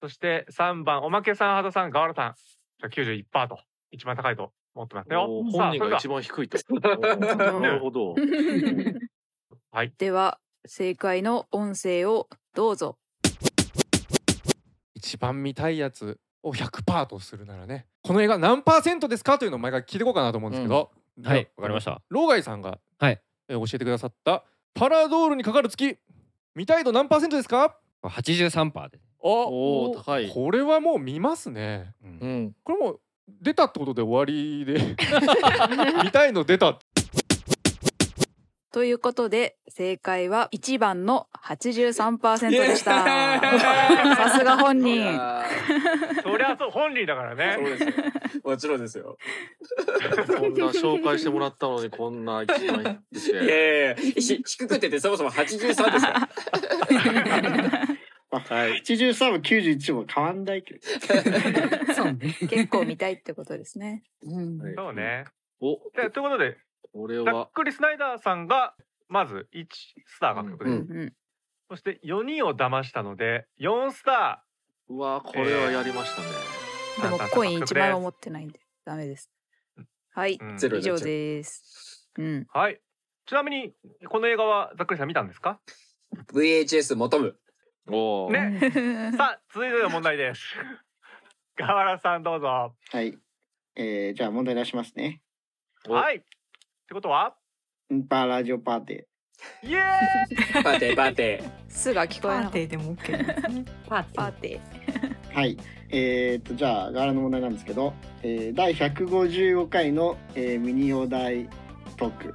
S1: そして3番おまけさん羽田さんガワラさん91%と一番高いと思ってますよ
S5: お。ー
S1: さあ
S5: 本人が一番低
S1: [LAUGHS]
S5: いと。おーなるほど。
S4: [LAUGHS]
S1: はい。
S4: では正解の音声をどうぞ。
S14: 一番見たいやつを100%とするならねこの映画何パーセントですかというのを毎回聞いていこうかなと思うんですけど、
S15: うんはいわかりました
S14: 老害さんが、
S15: はい
S14: えー教えてくださったパラドールにかかる月見たい度何パーセントですか
S15: 83%で
S14: お
S15: おー高い
S14: これはもう見ますね、
S5: うん、
S14: これもう出たってことで終わりで見たいの出た
S4: ということで正解は1番の83%でした。 [LAUGHS] さすが本人。
S1: [LAUGHS] [LAUGHS] そりゃそう本人だからね。そうです
S2: もちろんですよ。
S5: こんな紹介してもらったのにこんな一番低く
S2: い
S5: て。
S2: やいやいやし低くてってそもそも83ですから。
S5: はい。
S6: 83も91も変わんないけど。
S7: [LAUGHS]
S4: 結 [LAUGHS] 構見たいってことですね。
S1: そうね。
S5: お
S1: ということで、
S5: 俺
S1: ざっくりスナイダーさんがまず1スター獲得です。そして4人を騙したので4スタ
S5: ー。うわこれはやりましたね。
S4: でもコイン1枚も持ってないんでダメです。はい、
S1: うんゼロ
S4: 以
S1: になっちゃう
S4: 上です。うん。
S1: はい。ちなみにこの映画はざっくりさん見たんですか？
S2: VHS 求む。
S5: おお。
S1: ね。さあ続いての問題 [LAUGHS] です。河原さんどうぞ。
S6: はい。えー、じゃあ問題出しますね。
S1: はい。ってことは？
S6: うんパーラジオパーテ
S1: イエーイ。
S6: ィー。パーティーパーティ
S4: すが聞こえなかった。パー
S3: ティーでも OK
S4: パーティー。パーテ
S6: ー。はい。えー、とじゃあ柄の問題なんですけど、えー、第155回の、えー、ミニお題トーク、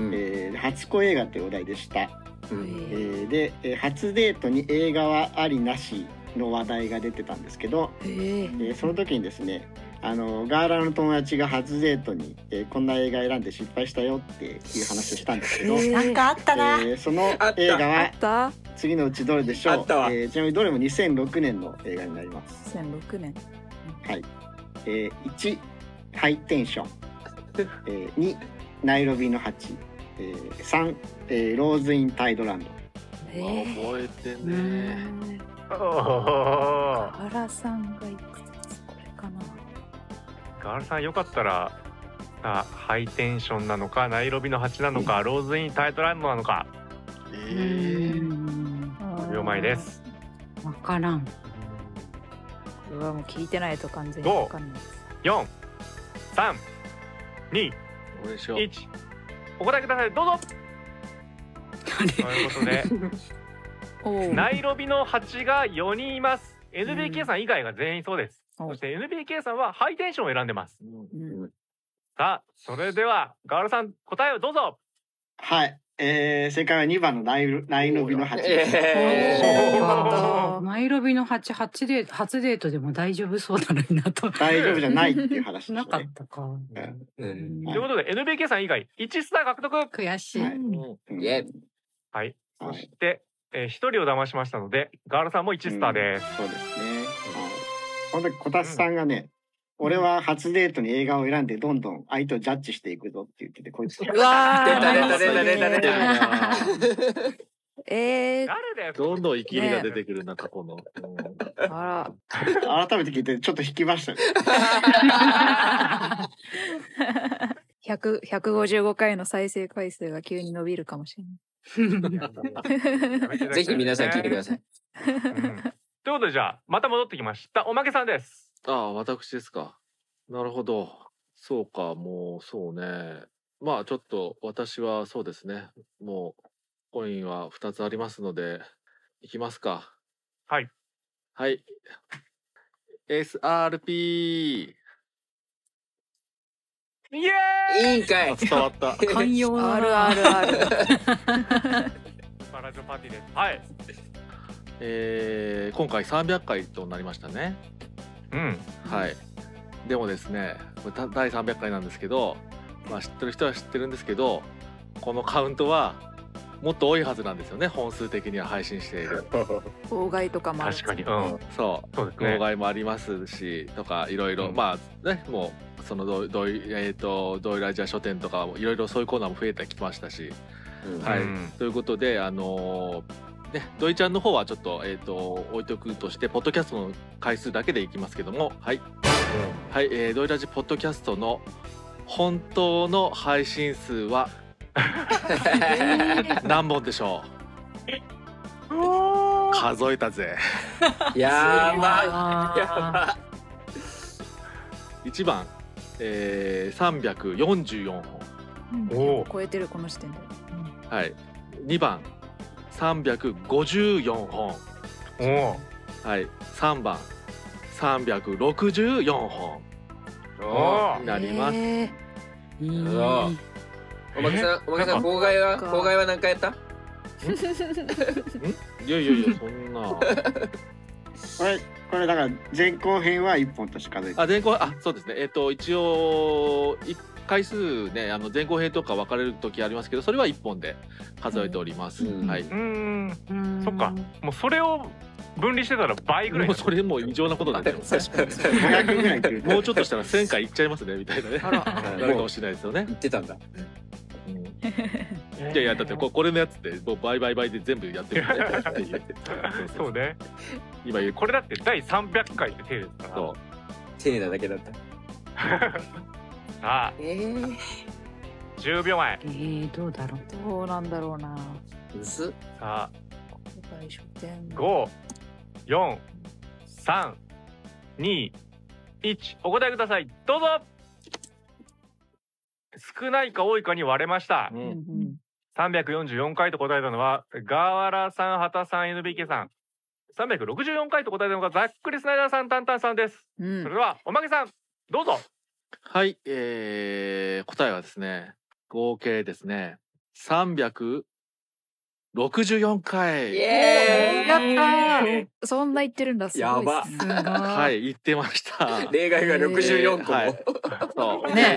S6: えー初恋映画というお題でした。えーで、えー初デートに映画はありなしの話題が出てたんですけど、
S4: えー
S6: その時にですねあのガーラの友達が初デートに、えーこんな映画選んで失敗したよっていう話をしたんですけど、
S3: えーなんかあったな
S6: えーその映画
S4: あった
S6: は次のうちどれでしょうえーちなみにどれも2006年の映画になります。
S4: ィー。2006年。
S6: はい。えー、1ハイテ
S7: [LAUGHS]
S6: ンション、えー、2ナイロビの蜂、えー、3、えー、ローズインタイドランド。
S4: えー、
S5: 覚えてね。
S1: 河
S4: 原さんがいくつこれかな。
S1: 原さんよかったら。さあハイテンションなのかナイロビの蜂なのかローズインタイトランドなのか5秒前です
S7: わからん。
S4: うわもう聞いてないと完全に
S1: どう
S4: わかんない。
S1: 四、三、二、
S5: どうでしょう
S1: 一。お答えください。どうぞ。ということで、ナイロビの蜂が四人います。NBK さん以外が全員そうです。そして NBK さんはハイテンションを選んでます。さあ、それではガールさん答えをどうぞ。
S6: はい。えー、正解は2番のナイルナイロビの蜂です。
S7: ナイロビの8、8デート、初デートでも大丈夫そうだなと。
S6: 大丈夫じゃないっていう話でした、ね。
S7: [LAUGHS] なかったか。
S1: ということで NBK さん以外一スター獲得。
S7: 悔しい。 [LAUGHS]
S1: はい。そしてえー一人を騙しましたのでガールさんも一スターです。
S6: そうですね。この時こたつさんがね、俺は初デートに映画を選んでどんどん相手をジャッジしていくぞって言っててこいつ。
S4: うわー [LAUGHS]
S1: え誰だよ。
S5: どんどん生きりが出てくる中この。
S4: あ
S6: 改めて聞いてちょっと引きましたね。
S4: 百百五十五回の再生回数が急に伸びるかもしれない。
S2: ぜひ皆さん聞いてくださ [LAUGHS] い。
S1: ということでじゃあまた戻ってきましたおまけさんです。
S5: ああ、私ですか。なるほど。そうか、もう、そうね。まあ、ちょっと、私はそうですね。もう、コインは2つありますので、いきますか。
S1: はい。
S5: はい。SRP!
S1: イエーイ
S2: いいんかい
S5: 伝わった。
S1: 寛容だなあるあるあ
S3: [LAUGHS]
S1: るパラジオパーティーです。はい。
S5: えー今回300回となりましたね。
S1: うん。
S5: はい。でもですね、これた第300回なんですけど、まあ知ってる人は知ってるんですけど、このカウントはもっと多いはずなんですよね、本数的には配信している。
S4: 妨害とかもある。
S1: 確かに。うん。
S5: そう、
S1: そうですね
S5: 妨害もありますし、とかいろいろ、まあね、もうそのどうどういえっ、とドイラジア書店とかもいろいろそういうコーナーも増えてきましたし、はい、
S1: うん
S5: ということであのーねドイちゃんの方はちょっとえっ、と置いとくとしてポッドキャストの回数だけでいきますけども、はい。はい、えー、ドイラジポッドキャストの本当の配信数は何本でしょう数えたぜ
S2: や
S5: ば
S2: いやば
S5: 1番、えー、344本おー
S4: 超えてるこの時点で
S5: はい、2番354本はい、3番364本になります、
S2: え
S5: なるほど
S2: おまけさん、おまけさん、
S5: え
S2: 妨害は、
S5: なんか
S2: 妨害は何回やった。
S5: いやいやいやそんな
S1: [LAUGHS]
S6: これこれだから前後編は1本としか出て
S5: あ前後あそうですねえっ、と一応い回数ねあの前後編とか分かれる時ありますけどそれは1本で数えております、はい
S1: うんそっかもうそれを分離してたら倍ぐらい
S5: もうそれもう異常なことなん
S1: [LAUGHS]
S5: でもうもうちょっとしたら1000回いっちゃいますねみたいなね
S1: あら
S5: [LAUGHS] なるかもしれないですよね言ってたんだいやいやだってここれのやつってもう倍倍倍で全部やってるよねっていう
S1: [LAUGHS] そうね
S5: 今言う
S1: これだって第300回って手ですから
S5: そう
S2: 丁寧だけだった。
S1: さあ、10秒前
S7: えー、どうだろう
S4: どうなんだろうな
S2: さ
S1: あ
S4: 今回書店
S1: 54321お答えくださいどうぞ少ないか多いかに割れました、344回と答えたのはガワラさん畑さん NBK さん364回と答えたのがざっくりスナイダーさんタンタンさんです、それではおまけさんどうぞ
S5: はい、えー、答えはですね、合計ですね、364回。
S4: やったーそんな言ってるんだすごいですね
S5: はい、言ってました。
S2: 例外が64個も
S5: はいそう、ちょっとね、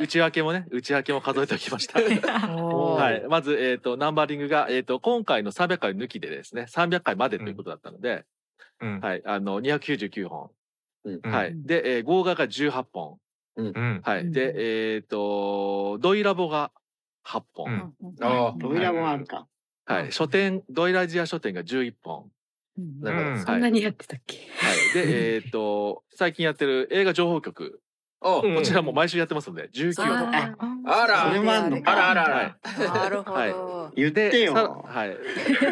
S5: う内訳もね、内訳も数えておきました。はい、まず、えっ、と、ナンバリングが、えっ、と、今回の300回抜きでですね、300回までということだったので。はい、あの、299本。はい、で、えー、号外が18本。はい、で、えっ、と、ドイラボが8本。
S6: あドイラボもあるか。
S5: はい、書店、ドイラジア書店が11本。
S7: なるほど
S5: はい
S7: そんなにやってたっけ、
S5: はい、で、えっ、と、最近やってる映画情報局。こちらも毎週やってますので、19本。
S2: あら、
S5: それもあんのか
S2: あらあらあら。
S4: なるほど、
S5: はい、
S6: 言って
S5: で
S6: よ
S5: さはい。い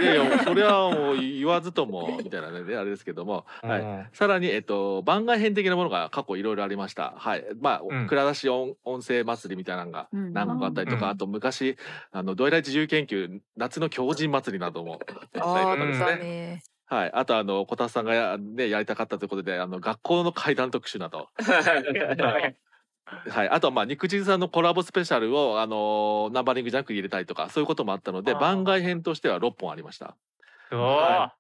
S5: やいや、それはもう言わずとも、みたいなね、あれですけども。はい。さらに、えっと、番外編的なものが過去いろいろありました。はい。ま
S1: うん
S5: あ、蔵出し音音声祭りみたいなのが
S1: うん
S5: 何個かあったりと
S1: う
S5: か、
S1: ん
S5: あと昔、あの、ドイライ自由研究、夏の狂人祭りなど
S1: [LAUGHS]
S5: もあったりと
S4: あ
S5: か
S4: ー
S5: です
S4: だ
S5: ね。
S4: ね
S5: はい。あと、あの、小田さんがや、ね、やりたかったということで、あの、学校の怪談特集など。
S2: [LAUGHS]
S5: はい、あとはまあ肉汁さんのコラボスペシャルを、あのーナンバリングじゃなく入れたりとかそういうこともあったので番外編としては6本ありました。はい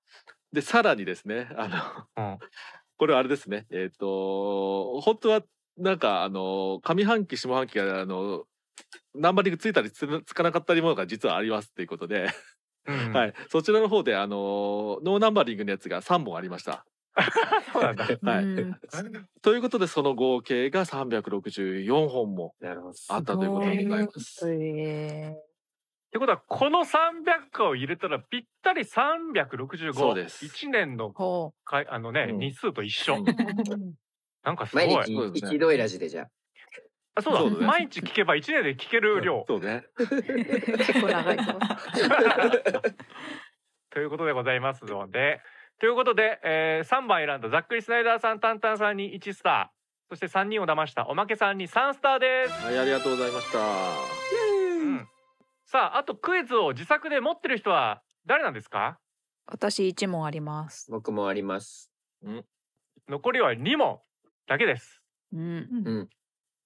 S5: でさらにですねあの、 [LAUGHS] これはあれですねえっ、と本当はなんかあの上半期下半期があのナンバリングついたりつつかなかったりものが実はありますっていうことで、はい、そちらの方であのノーナンバリングのやつが3本ありました。 [LAUGHS] はい、
S1: [LAUGHS]
S5: ということでその合計が364本もあったということでございます。
S1: す。ってことはこの300回を入れたらぴったり365
S5: そうです
S1: 1年のかいあの、ね日数と一緒。なんかすごい。
S2: 毎日一度いラジでじゃあ。
S1: あそうだ
S2: そうだね
S1: 毎日聞けば1年で聞ける量。
S5: そうね。
S4: 結構長いぞ
S1: ということでございますので。ということで、えー、3番選んだざっくりスナイダーさん、タンタンさんに1スター、そして3人を騙したおまけさんに3スターです。
S5: はい、ありがとうございました。
S1: うんさあ、あとクイズを自作で持ってる人は誰なんですか
S4: [LAUGHS] 私一問あります
S2: 僕もあります。
S1: 残りは2問だけです。
S4: うん
S2: うん。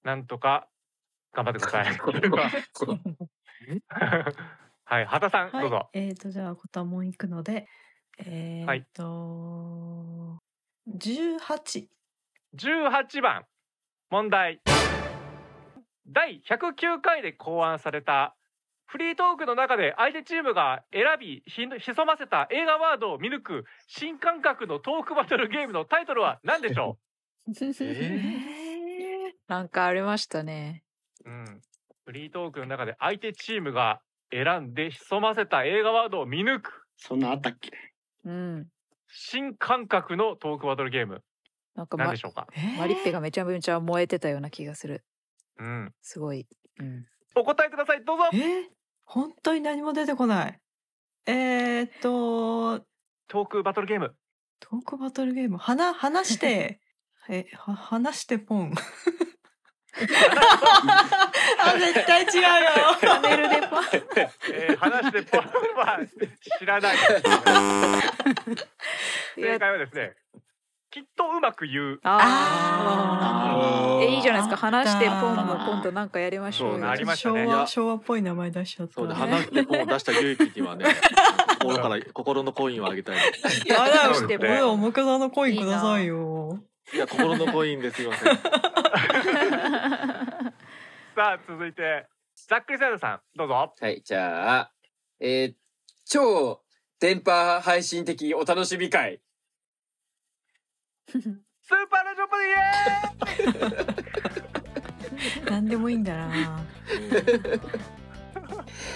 S1: なんとか頑張ってくだ
S3: [LAUGHS]
S1: さい。はい、畑さん、
S3: はい、
S1: どうぞ。
S3: えっ、とじゃあコタモン行くので、え
S1: は
S3: っ
S1: い、
S3: と十八、
S1: 18番問題第109回で考案されたフリートークの中で相手チームが選びひ潜ませた映画ワードを見抜く新感覚のトークバトルゲームのタイトルは何でしょ
S4: なんかありましたね
S1: う、うん、フリートークの中で相手チームが選んで潜ませた映画ワードを見抜く
S6: そんなあったっけ
S4: うん
S1: 新感覚のトークバトルゲーム
S4: なんか、
S1: 何
S4: ま
S1: でしょうか、
S4: マリッペがめちゃめちゃ燃えてたような気がする。
S1: うん、
S4: すごい。うん、
S1: お答えくださいどうぞ
S3: えー本当に何も出てこないえー、っと
S1: トークバトルゲーム
S3: トークバトルゲーム話話して [LAUGHS] えは話してポ [LAUGHS] ン [LAUGHS] あ絶対違うよパネル
S4: [LAUGHS]
S3: でポン
S1: えー、話してポンは知らない。正解はですね。きっとうまく言う。
S4: あえいいじゃないですか話してポンも今度なんかやりましょ
S5: そ
S4: うよ [LAUGHS]
S5: うなりましたね
S3: 昭
S5: い
S3: 和
S5: や
S3: 昭和っぽい名前出しちゃった
S5: そうね、話して本を出した勇気には [LAUGHS] ね、心から、心のコインをあげたい。
S3: やだよ
S5: そうですね
S3: もう重くさのコインくださいよ
S5: いや、心のコインですいま
S4: [LAUGHS]
S5: せん。
S1: さあ続いてざっくりサイドさんどうぞ。
S2: はい、じゃあ、えー、超電波配信的お楽しみ会。
S1: スーパーラジオパ
S3: 何でもいいんだな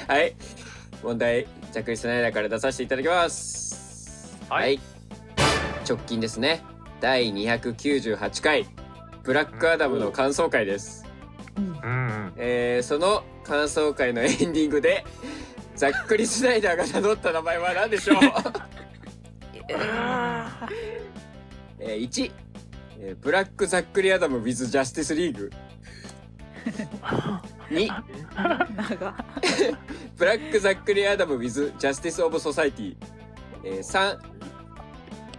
S2: はい、問題、ジャックリスナイダーから出させていただきます。はい、直近ですね。第298回、ブラックアダムの感想会です。
S1: うん
S2: えー、その感想会のエンディングで、ざっくりスナイダーが名乗った名前は何でしょうえー、1、えーブラックざっくりアダム with ジャスティスリーグ。2、ブラックざっくりアダム with ジャスティスオブソサイティ。えー、3、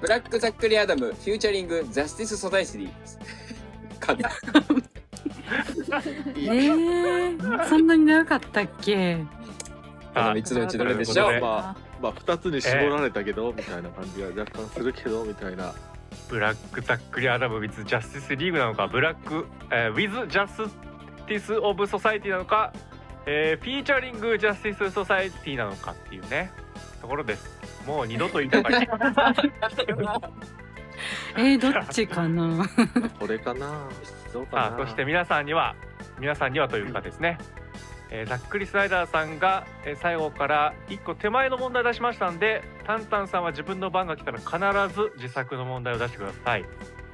S2: ブラックざっくりアダムフューチャリングジャスティスソサイティ。 [LAUGHS] かんだ。
S7: えー、そんなに長かったっけ
S5: この
S2: 3つのうちどれでしょう
S5: まあ、まあ、2つに絞られたけど、みたいな感じが若干するけど、みたいな。
S1: ブラックざっくりアダム with ジャスティスリーグなのかブラック、えー、with ジャスティスオブソサイティなのか、えー、フィーチャリングジャスティスソサイティなのかっていうねところです。もう二度と言いたくない。
S7: えー、どっちかな
S5: これかなどうか
S1: さ
S5: な
S1: あそして皆さんには皆さんにはというかですね、えーざっくりスライダーさんが、えー最後から1個手前の問題出しましたんでタンタンさんは自分の番が来たら必ず自作の問題を出してください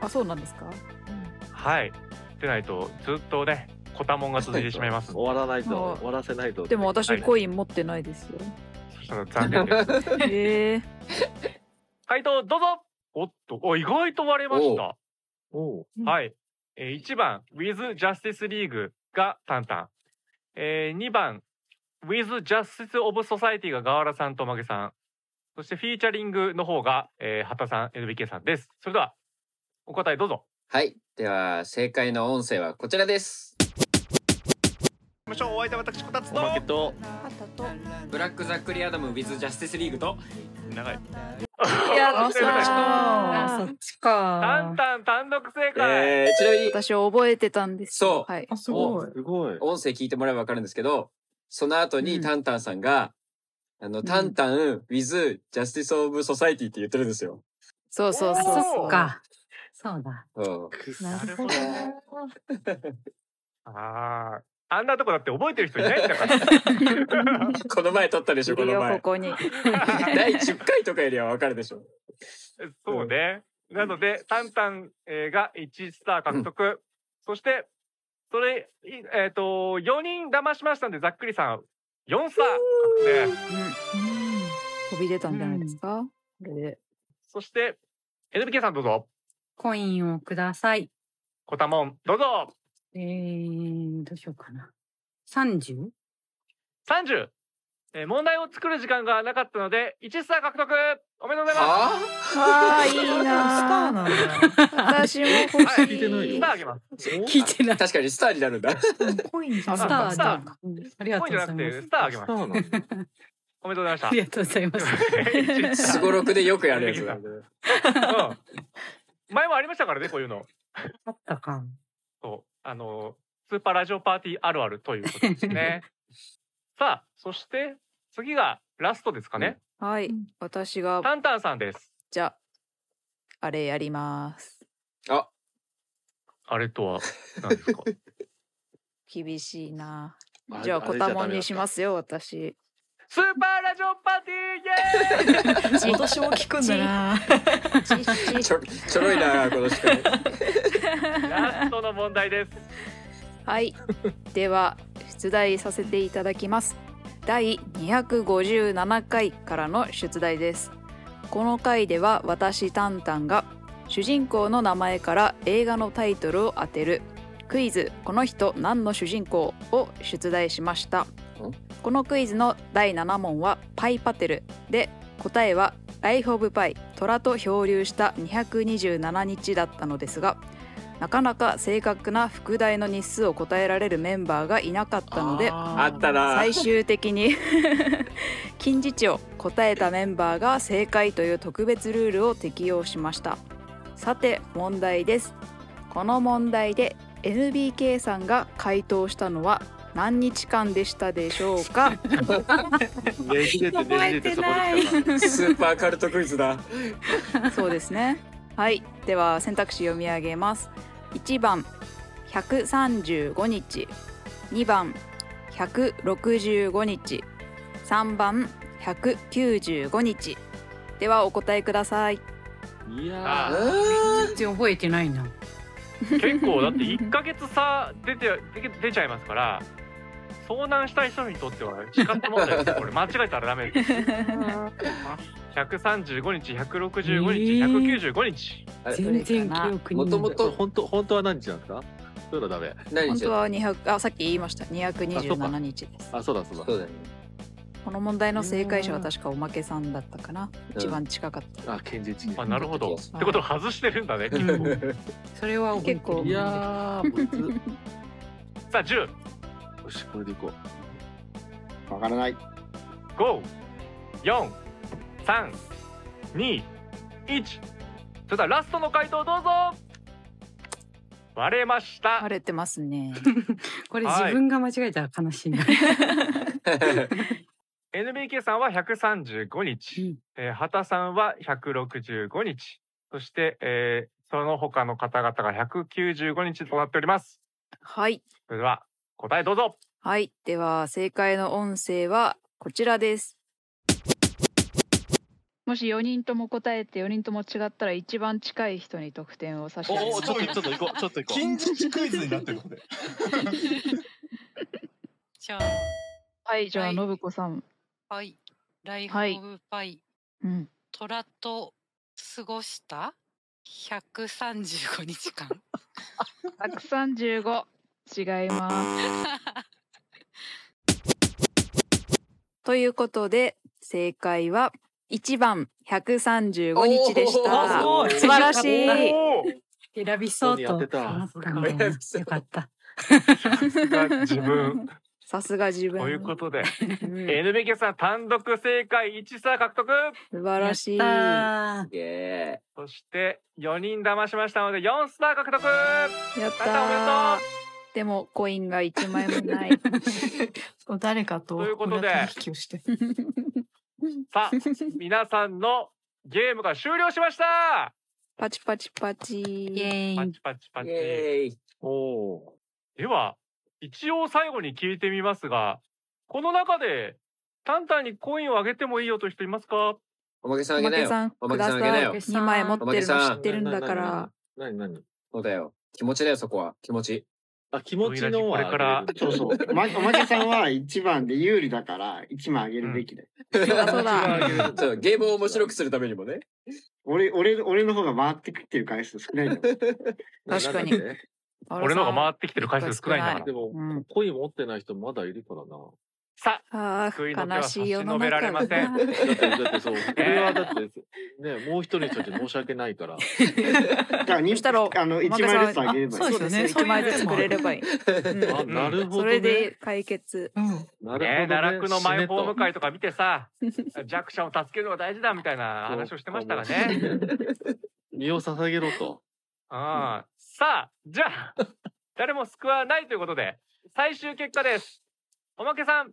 S4: あそうなんですか
S1: はいでないとずっとねコタモンが続いてしまいます
S5: 終わらない
S4: ともう終
S5: わらせないと
S4: でも私
S1: は
S4: コ
S1: い
S4: イン持ってないですよ。
S1: ちょっと残念です
S4: え
S1: 回答どうぞおっとお意外と割れました
S5: お
S1: はい、えー、1番 With Justice League がタンタン、えー、2番 With Justice of Society がガワラさんとマゲさんそしてフィーチャリングの方が、えー、畑さん NBK さんですそれではお答えどうぞ
S2: はい。では、正解の音声はこちらです。
S13: ましょうお相手は私こたつと
S2: 負けと、
S4: と
S2: ブラックざっくりアダム with ジャスティスリーグと、長い。
S4: ー、いやそっち
S2: あ
S4: か。そっちか。
S1: タンタン単独正解、
S2: えー、ちなみに、
S4: 私覚えてたんです。
S2: そう。
S4: はい。
S2: すごい。音声聞いてもらえばわかるんですけど、その後にタンタンさんが、あの、タンタン with ジャスティスオブソサイティって言ってるんですよ。
S4: そうそうそう。
S7: そ
S4: [LAUGHS]
S7: っか。そうだ。
S2: うん。
S1: なるほどあーあんなとこだって覚えてる人いないんだから
S2: この前撮ったでしょ、この前。
S4: ここに。
S2: [LAUGHS] 第10回とかよりはわかるでしょ。
S1: そうね。なので、タンタンえーが1スター獲得。そして、それ、いえっ、と、4人騙しましたんで、ざっくりさん、4スター獲得で、
S4: 飛び出たんじゃないですか。これで。
S1: そして、NBK さんどうぞ。
S7: コインをください。
S1: コタモン、どうぞ。
S7: えー、どうしようかな。30?
S1: 30。えー問題を作る時間がなかったので、1スター獲得おめでとうございます
S4: ああいい
S3: スタ
S4: な
S3: ーなんだ
S4: 私も欲しい。
S2: 聞いてないよ
S1: スターあげます。
S2: 聞いてない。確かにスターになるんだ。
S3: コインじゃ
S1: あ
S3: ん
S1: スタースター
S7: ありがとうござい
S1: コインじゃなく
S7: ます
S1: てスターあげます
S7: そうな
S4: [LAUGHS]
S7: んだ
S1: おめでとうございました。
S7: ありがとうございます
S1: す。
S2: すごろくでよくやるやつだ。
S1: 前もありましたからね、こういうの。
S7: あったか。
S1: そう、あの、スーパーラジオパーティーあるあるということです [LAUGHS] ね。さあ、そして、次がラストですかね。
S4: はい。私が
S1: タンタンさんです。
S4: じゃああれやります。
S1: あれとは。 [LAUGHS]
S4: 厳しいな
S1: あ。れ
S4: じゃあ
S1: あれ
S4: コ
S1: じゃ
S7: [LAUGHS]
S4: タモンにしますよ私。
S1: スーパーラジオパーティーイエーイ
S3: 私も聞くんだな。
S2: [LAUGHS] ちょちょろいなこの司会
S1: ラストの問題です。
S4: はい。では出題させていただきます。第257回からの出題です。この回では私タンタンが主人公の名前から映画のタイトルを当てるクイズこの人何の主人公を出題しました。このクイズの第7問はパイパテルで答えはライフオブパイ虎と漂流した227日だったのですがなかなか正確な副題の日数を答えられるメンバーがいなかったので
S2: あったな
S4: 最終的に [LAUGHS] 近似値を答えたメンバーが正解という特別ルールを適用しましたさて問題ですこの問題で NBK さんが回答したのは何日間でしたでしょうか
S5: ねじれてねじれてそこに来た
S4: 覚えてない
S2: スーパーカルトクイズだ
S5: [LAUGHS]
S4: そうですね。はい、では選択肢読み上げます。1番135日、2番165日、3番195日。ではお答えください。
S5: いや
S7: 全然覚えてないな。
S1: 結構だって1ヶ月差出て出出ちゃいますから遭難した人にとっては死活問 [LAUGHS] 題ですよこれ間違えたらダメです135日165日、195日
S7: 全然記憶
S5: も
S7: に
S5: と
S7: な
S5: も
S7: い
S5: と本当本当は何日なんですかそういうのダメ
S4: 本当は200あさっき言いました227日です。
S5: あそうだそうだ
S2: そうだよね
S4: この問題の正解者は確かおまけさんだったかな。一番近かった。
S5: あ堅実
S1: あなるほどってことは外してるん [LAUGHS] だねきっと
S4: それは結構
S5: いやーむずっ
S1: さあ10
S5: よしこれでいこ
S6: うわからない
S1: 5 4 3 2 1それではラストの回答どうぞ割れました
S4: 割れてま
S5: [LAUGHS]
S4: すね
S7: これ自分が間違えたら悲しいな。
S1: NBK さんは135日、えー畑さんは165日そして、えーその他の方々が195日となっております
S4: はい。
S1: それでは答えどうぞ
S4: はい、では正解の音声はこちらです。
S16: もし4人とも答えて4人とも違ったら一番近い人に得点を差し
S10: お
S16: 上げま
S10: お
S16: す
S10: ちょっとちょっと行こうちょっと行こう近似クイズになってるこれ
S9: じゃ
S16: [LAUGHS]
S9: あ
S16: はいじゃ
S9: は
S16: あ
S9: い
S16: 信子さん
S9: パイライフ
S16: はい
S9: オブパイ、
S16: うん
S9: 虎と過ごした135日
S7: [LAUGHS]
S9: 間
S16: 135違います
S4: ということで正解は1番135日でし
S7: おー
S4: た。
S7: すごい
S4: 素晴らしい。
S7: 選びそうと
S4: 本当に
S7: 思
S4: やってた
S7: ったんだよね。よかった。
S1: 自分
S4: さすが自分。
S1: ということで NBK さん単独正解1差獲得
S4: 素晴らしい。
S7: や
S1: そして4人騙しましたので4スター獲得
S4: やった
S1: おめでとう
S4: ー。でもコインが1枚もない。
S3: 誰かと
S1: ということで
S3: 裏取引をして。
S1: さあ皆さんのゲームが終了しました
S4: パチパチパチ。イ
S7: エ
S1: パチパチパチおおーでは一応最後に聞いてみますがこの中でタンタンにコインをあげてもいいよという人いますか
S2: おまけさん
S4: お
S2: あげ
S4: ま
S2: な
S4: け
S2: よ
S4: さん
S2: お
S4: く
S2: まけ
S4: だ
S2: さんあ
S4: さ
S2: げなよ
S4: い。2枚持ってるの知ってるんだか
S2: お
S4: ら。
S5: なになに
S2: そうだよ気持ちだよそこは気持
S4: [LAUGHS]
S2: ち
S5: あ気持
S6: ちの
S1: これから
S6: そうそうおまおまけさんは一番で有利だから一枚あげるべきだよ、
S4: そうだ
S2: そうゲームを面白くするためにもね
S6: 俺俺俺の方が回ってきてる回数少ないの
S4: 確かに
S5: なんだって
S1: 俺の方が回ってきてる回数少ないんだから
S5: でも、恋持ってない人まだいるからな。
S1: さ
S4: あ
S1: 救いの手は
S4: 悲
S1: 差し
S4: しい世
S1: 伸
S4: の
S1: べ
S4: 中
S1: られませ
S4: だ
S1: ん
S4: な。
S5: だって、だってそう、これはだって、ね、もう一人にとって申し訳ないから。
S6: だからに
S4: した [LAUGHS] ら
S6: あの一枚ずつあげればいい
S4: そうですよね。一枚ずつくれればいい。
S5: あ、なるほど、ね。
S4: それで解決。
S5: なるほどね、
S1: ね、奈落のマイホーム
S5: 会
S1: 会とか見て
S5: [LAUGHS]
S1: さ弱者を助けるのが大事だみたいな話をしてましたがね。
S5: 身を捧げろと。
S1: ああさあじゃあ誰も救わないということで最終結果ですおまけさん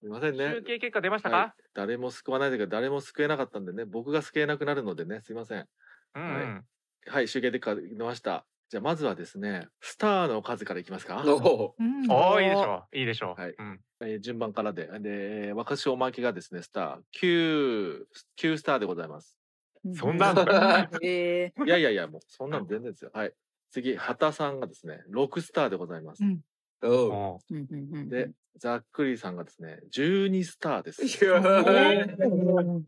S5: すいませんね
S1: 集。計結果出ました
S5: はい
S1: か、
S5: 誰も救わないというか、誰も救えなかったんでね、僕が救えなくなるのでね、すいません。
S1: うんうん
S5: はい、集計結果出ました。じゃあまずはですねスターの数からいきますか
S2: お
S1: うんおーいいでしょういいでしょ
S5: う、はいえー順番からでで若潮真希がですねスター9 9スターでございます
S1: そんなんだ
S4: え
S5: いやいやいや、もうそんなの全然ですよ。はい。次、畑さんがですね、6スターでございます。
S4: うん
S5: お
S4: うんうんうん
S5: うで、ざっくりさんがですね、12スターです。は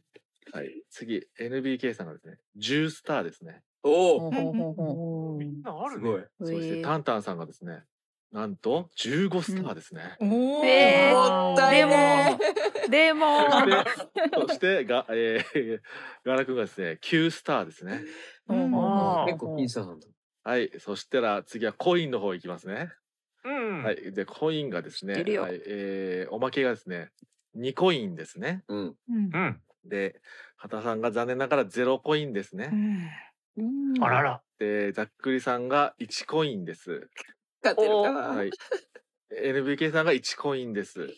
S5: い。次、NBK さんがですね、10スターですね。
S2: お
S4: お。
S1: みんなあ
S5: す
S1: るね。
S5: ごい。そし
S1: へ
S5: て、
S1: ー
S5: タンタンさんがですね、なんと15スターですね。
S3: お
S4: えー
S12: もったいね
S4: でも
S1: [LAUGHS]
S5: そして、が、えー、ガラ君がですね、9スターですね。
S4: でも
S2: 結構僅差なんだ。
S5: はい。そしたら、次はコインの方いきますね。
S1: うん
S5: はい、でコインがですね、
S1: 知ってるよ
S5: はいえーおまけがですね2コインですね。
S2: うん
S1: うんうん
S5: で畑さんが残念ながら0コインですね。
S1: あらら。
S5: でざっくりさんが1コインです。
S2: 勝てるか
S1: [LAUGHS]
S5: はい、NBK さんが1コインです。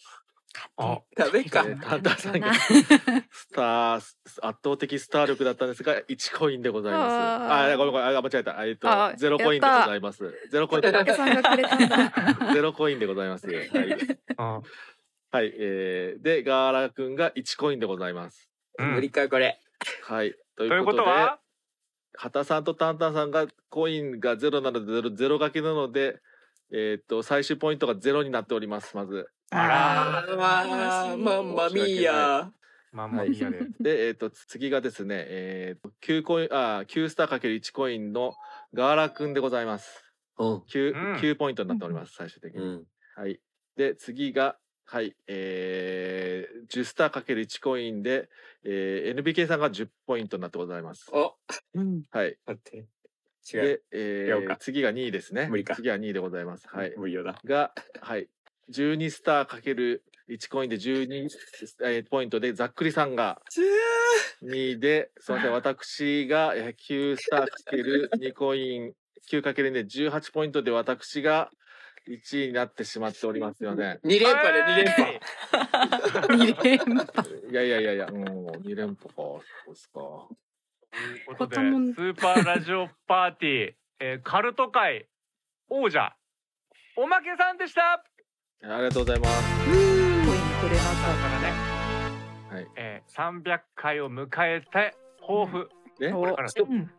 S2: あ、ダメか。
S7: [LAUGHS]
S5: えータンタンさんがスター圧倒的スター力だったんですが1コインでございます。
S4: あ
S5: ああごめんごめんあ間違えた。えっと
S4: あ
S5: 0コインで
S4: や
S5: ご
S4: った
S5: ざいます。0コインでござい
S4: 竹
S5: ます
S4: さんがくれ
S1: [LAUGHS]
S4: たんだ。
S5: ゼロコインでございます。はい。はい、えー、で、ガーラくんが1コインでございます。
S2: 無理か、これ。
S5: はい。と
S1: とい
S5: いうう
S1: こ
S5: こととで、
S1: は
S5: 畑さんとタンタンさんがコインがゼロなのでゼロ、ゼロ掛けなので、えーっと、最終ポイントがゼロになっております、まず。
S1: あら
S2: あー、まんまみーや。
S1: まあまあいいやで。
S5: [LAUGHS] で、えーっと、次がですね、えーっと、9コイン、あー、9スターかける1コインのガーラくんでございます。
S2: うん。
S1: うん
S5: 9、9ポイントになっております、最終的に。
S2: うん。
S5: はい。で、次が、はい、えー、10スターかける1コインで、えー、NBK さんが10ポイントになってございます。
S2: お、
S5: はい。
S2: 待って。違う。
S5: で、え
S2: 違う
S5: ー
S2: か、
S5: 次が2位ですね。
S2: 無理か
S5: 次が2位でございます。はい。
S2: 無理よな。
S5: が、はい。12スターかける1コインで12、えーポイントで、ざっくりさんが2位で、すみません、私がえー9スターかける2コイン、9かける2で18ポイントで、私が1位になってしまっておりますよね。
S2: 二連覇で二連覇。
S5: いやいやいやいや、もう2連覇か、そうですか。
S1: ということで、スーパーラジオパーティー、えー、カルト界王者、おまけさんでした
S5: ありがとうございます。
S1: くれましたからね、
S5: はい。
S1: えー、300回を迎えて、抱負。
S5: え
S1: これからです
S4: うん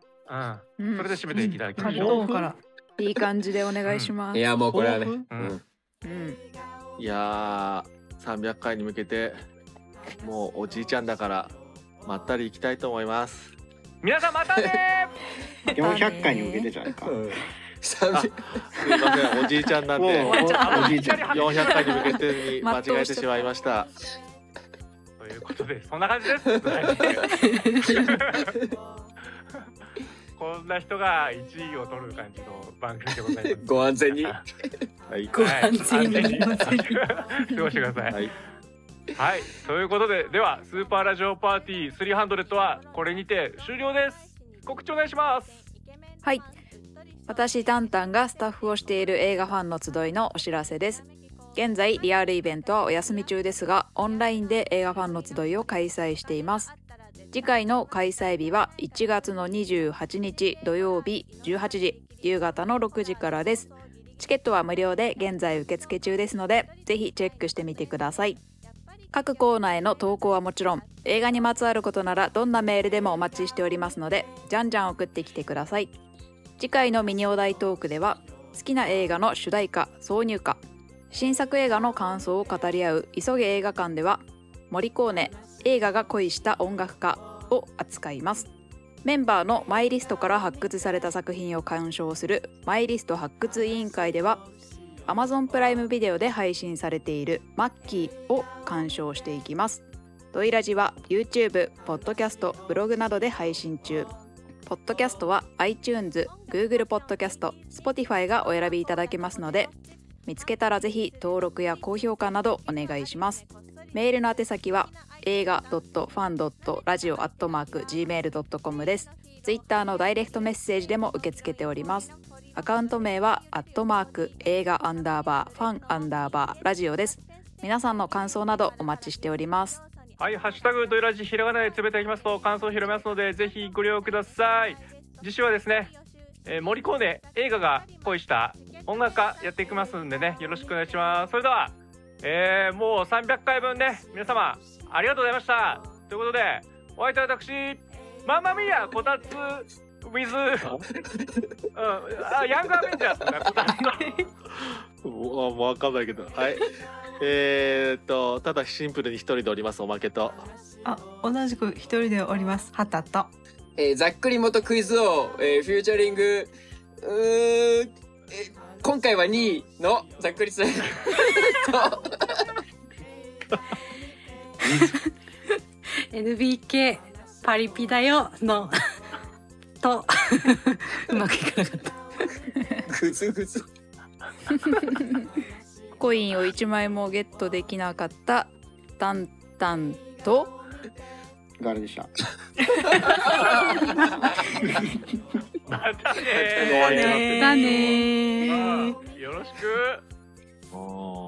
S1: うん。それで締めていただきまし
S4: うん
S1: ょ
S4: う
S1: う。
S4: んからいい感じでお願いします。
S2: いや、もうこれはね。
S5: う
S2: うん。
S4: うん。
S5: いやー、300回に向けて、もうおじいちゃんだから、まったりいきたいと思います。
S1: 皆さんまたね
S6: 400回に向けてじゃないか。
S5: あすいません、おじいちゃんなんで、
S6: もうおおじいちゃん
S5: 400回に向けてに間違えてしまいました。
S1: ーということで、そんな感じです。はいこんな人が1位を取る感じの番組でございます。
S2: ご安 [LAUGHS] 全に。
S5: はい。
S2: ご安全に。
S1: 過ごしてください。はい、ということで、では、スーパーラジオパーティー300はこれにて終了です。告知お願いします。
S4: はい。私タンタンがスタッフをしている映画ファンの集いのお知らせです。現在リアルイベントはお休み中ですが、オンラインで映画ファンの集いを開催しています。次回の開催日は1月の28日土曜日18時夕方の6時からです。チケットは無料で現在受付中ですので、ぜひチェックしてみてください。各コーナーへの投稿はもちろん映画にまつわることならどんなメールでもお待ちしておりますのでじゃんじゃん送ってきてください次回のミニお題トークでは好きな映画の主題歌挿入歌新作映画の感想を語り合う「急げ映画館」では森コーネ映画が恋した音楽家を扱いますメンバーのマイリストから発掘された作品を鑑賞するマイリスト発掘委員会では Amazon プライムビデオで配信されているマッキーを鑑賞していきますドイラジは YouTube、ポッドキャスト、ブログなどで配信中ポッドキャストは iTunes、Google ポッドキャスト、Spotify がお選びいただけますので見つけたらぜひ登録や高評価などお願いしますメールの宛先は映画 .fan.radio.gmail.com です Twitter のダイレクトメッセージでも受け付けておりますアカウント名はアットマーク映画アンダーバーファンアンダーバーラジオです皆さんの感想などお待ちしております
S1: はい、ハッシュタグドイラジひらがなでつぶやいていきますと感想を広めますので、ぜひご利用ください。次週はですね、えー、盛り込んで映画が恋した音楽家やっていきますんでねよろしくお願いしますそれでは、えー、もう300回分ね皆様ありがとうございましたということでお相手は私ママミヤこたつ with うん、あヤングアベンジャーズだこたつの
S5: もうわかんないけどはいえーっとただシンプルに一人でおりますおまけと
S3: あ同じく一人でおります畑と
S2: えーざっくり元クイズ王、えーフューチャリング、うーん、えー今回は2位のざっくり [LAUGHS] さんと、
S7: NBK パリピだよのと [LAUGHS] うまくいかなかった
S2: グズグズ
S4: コインを1枚もゲットできなかったタンタンと
S6: があれでした。
S1: またね
S2: [LAUGHS]
S6: またね
S1: またねよろしく
S5: お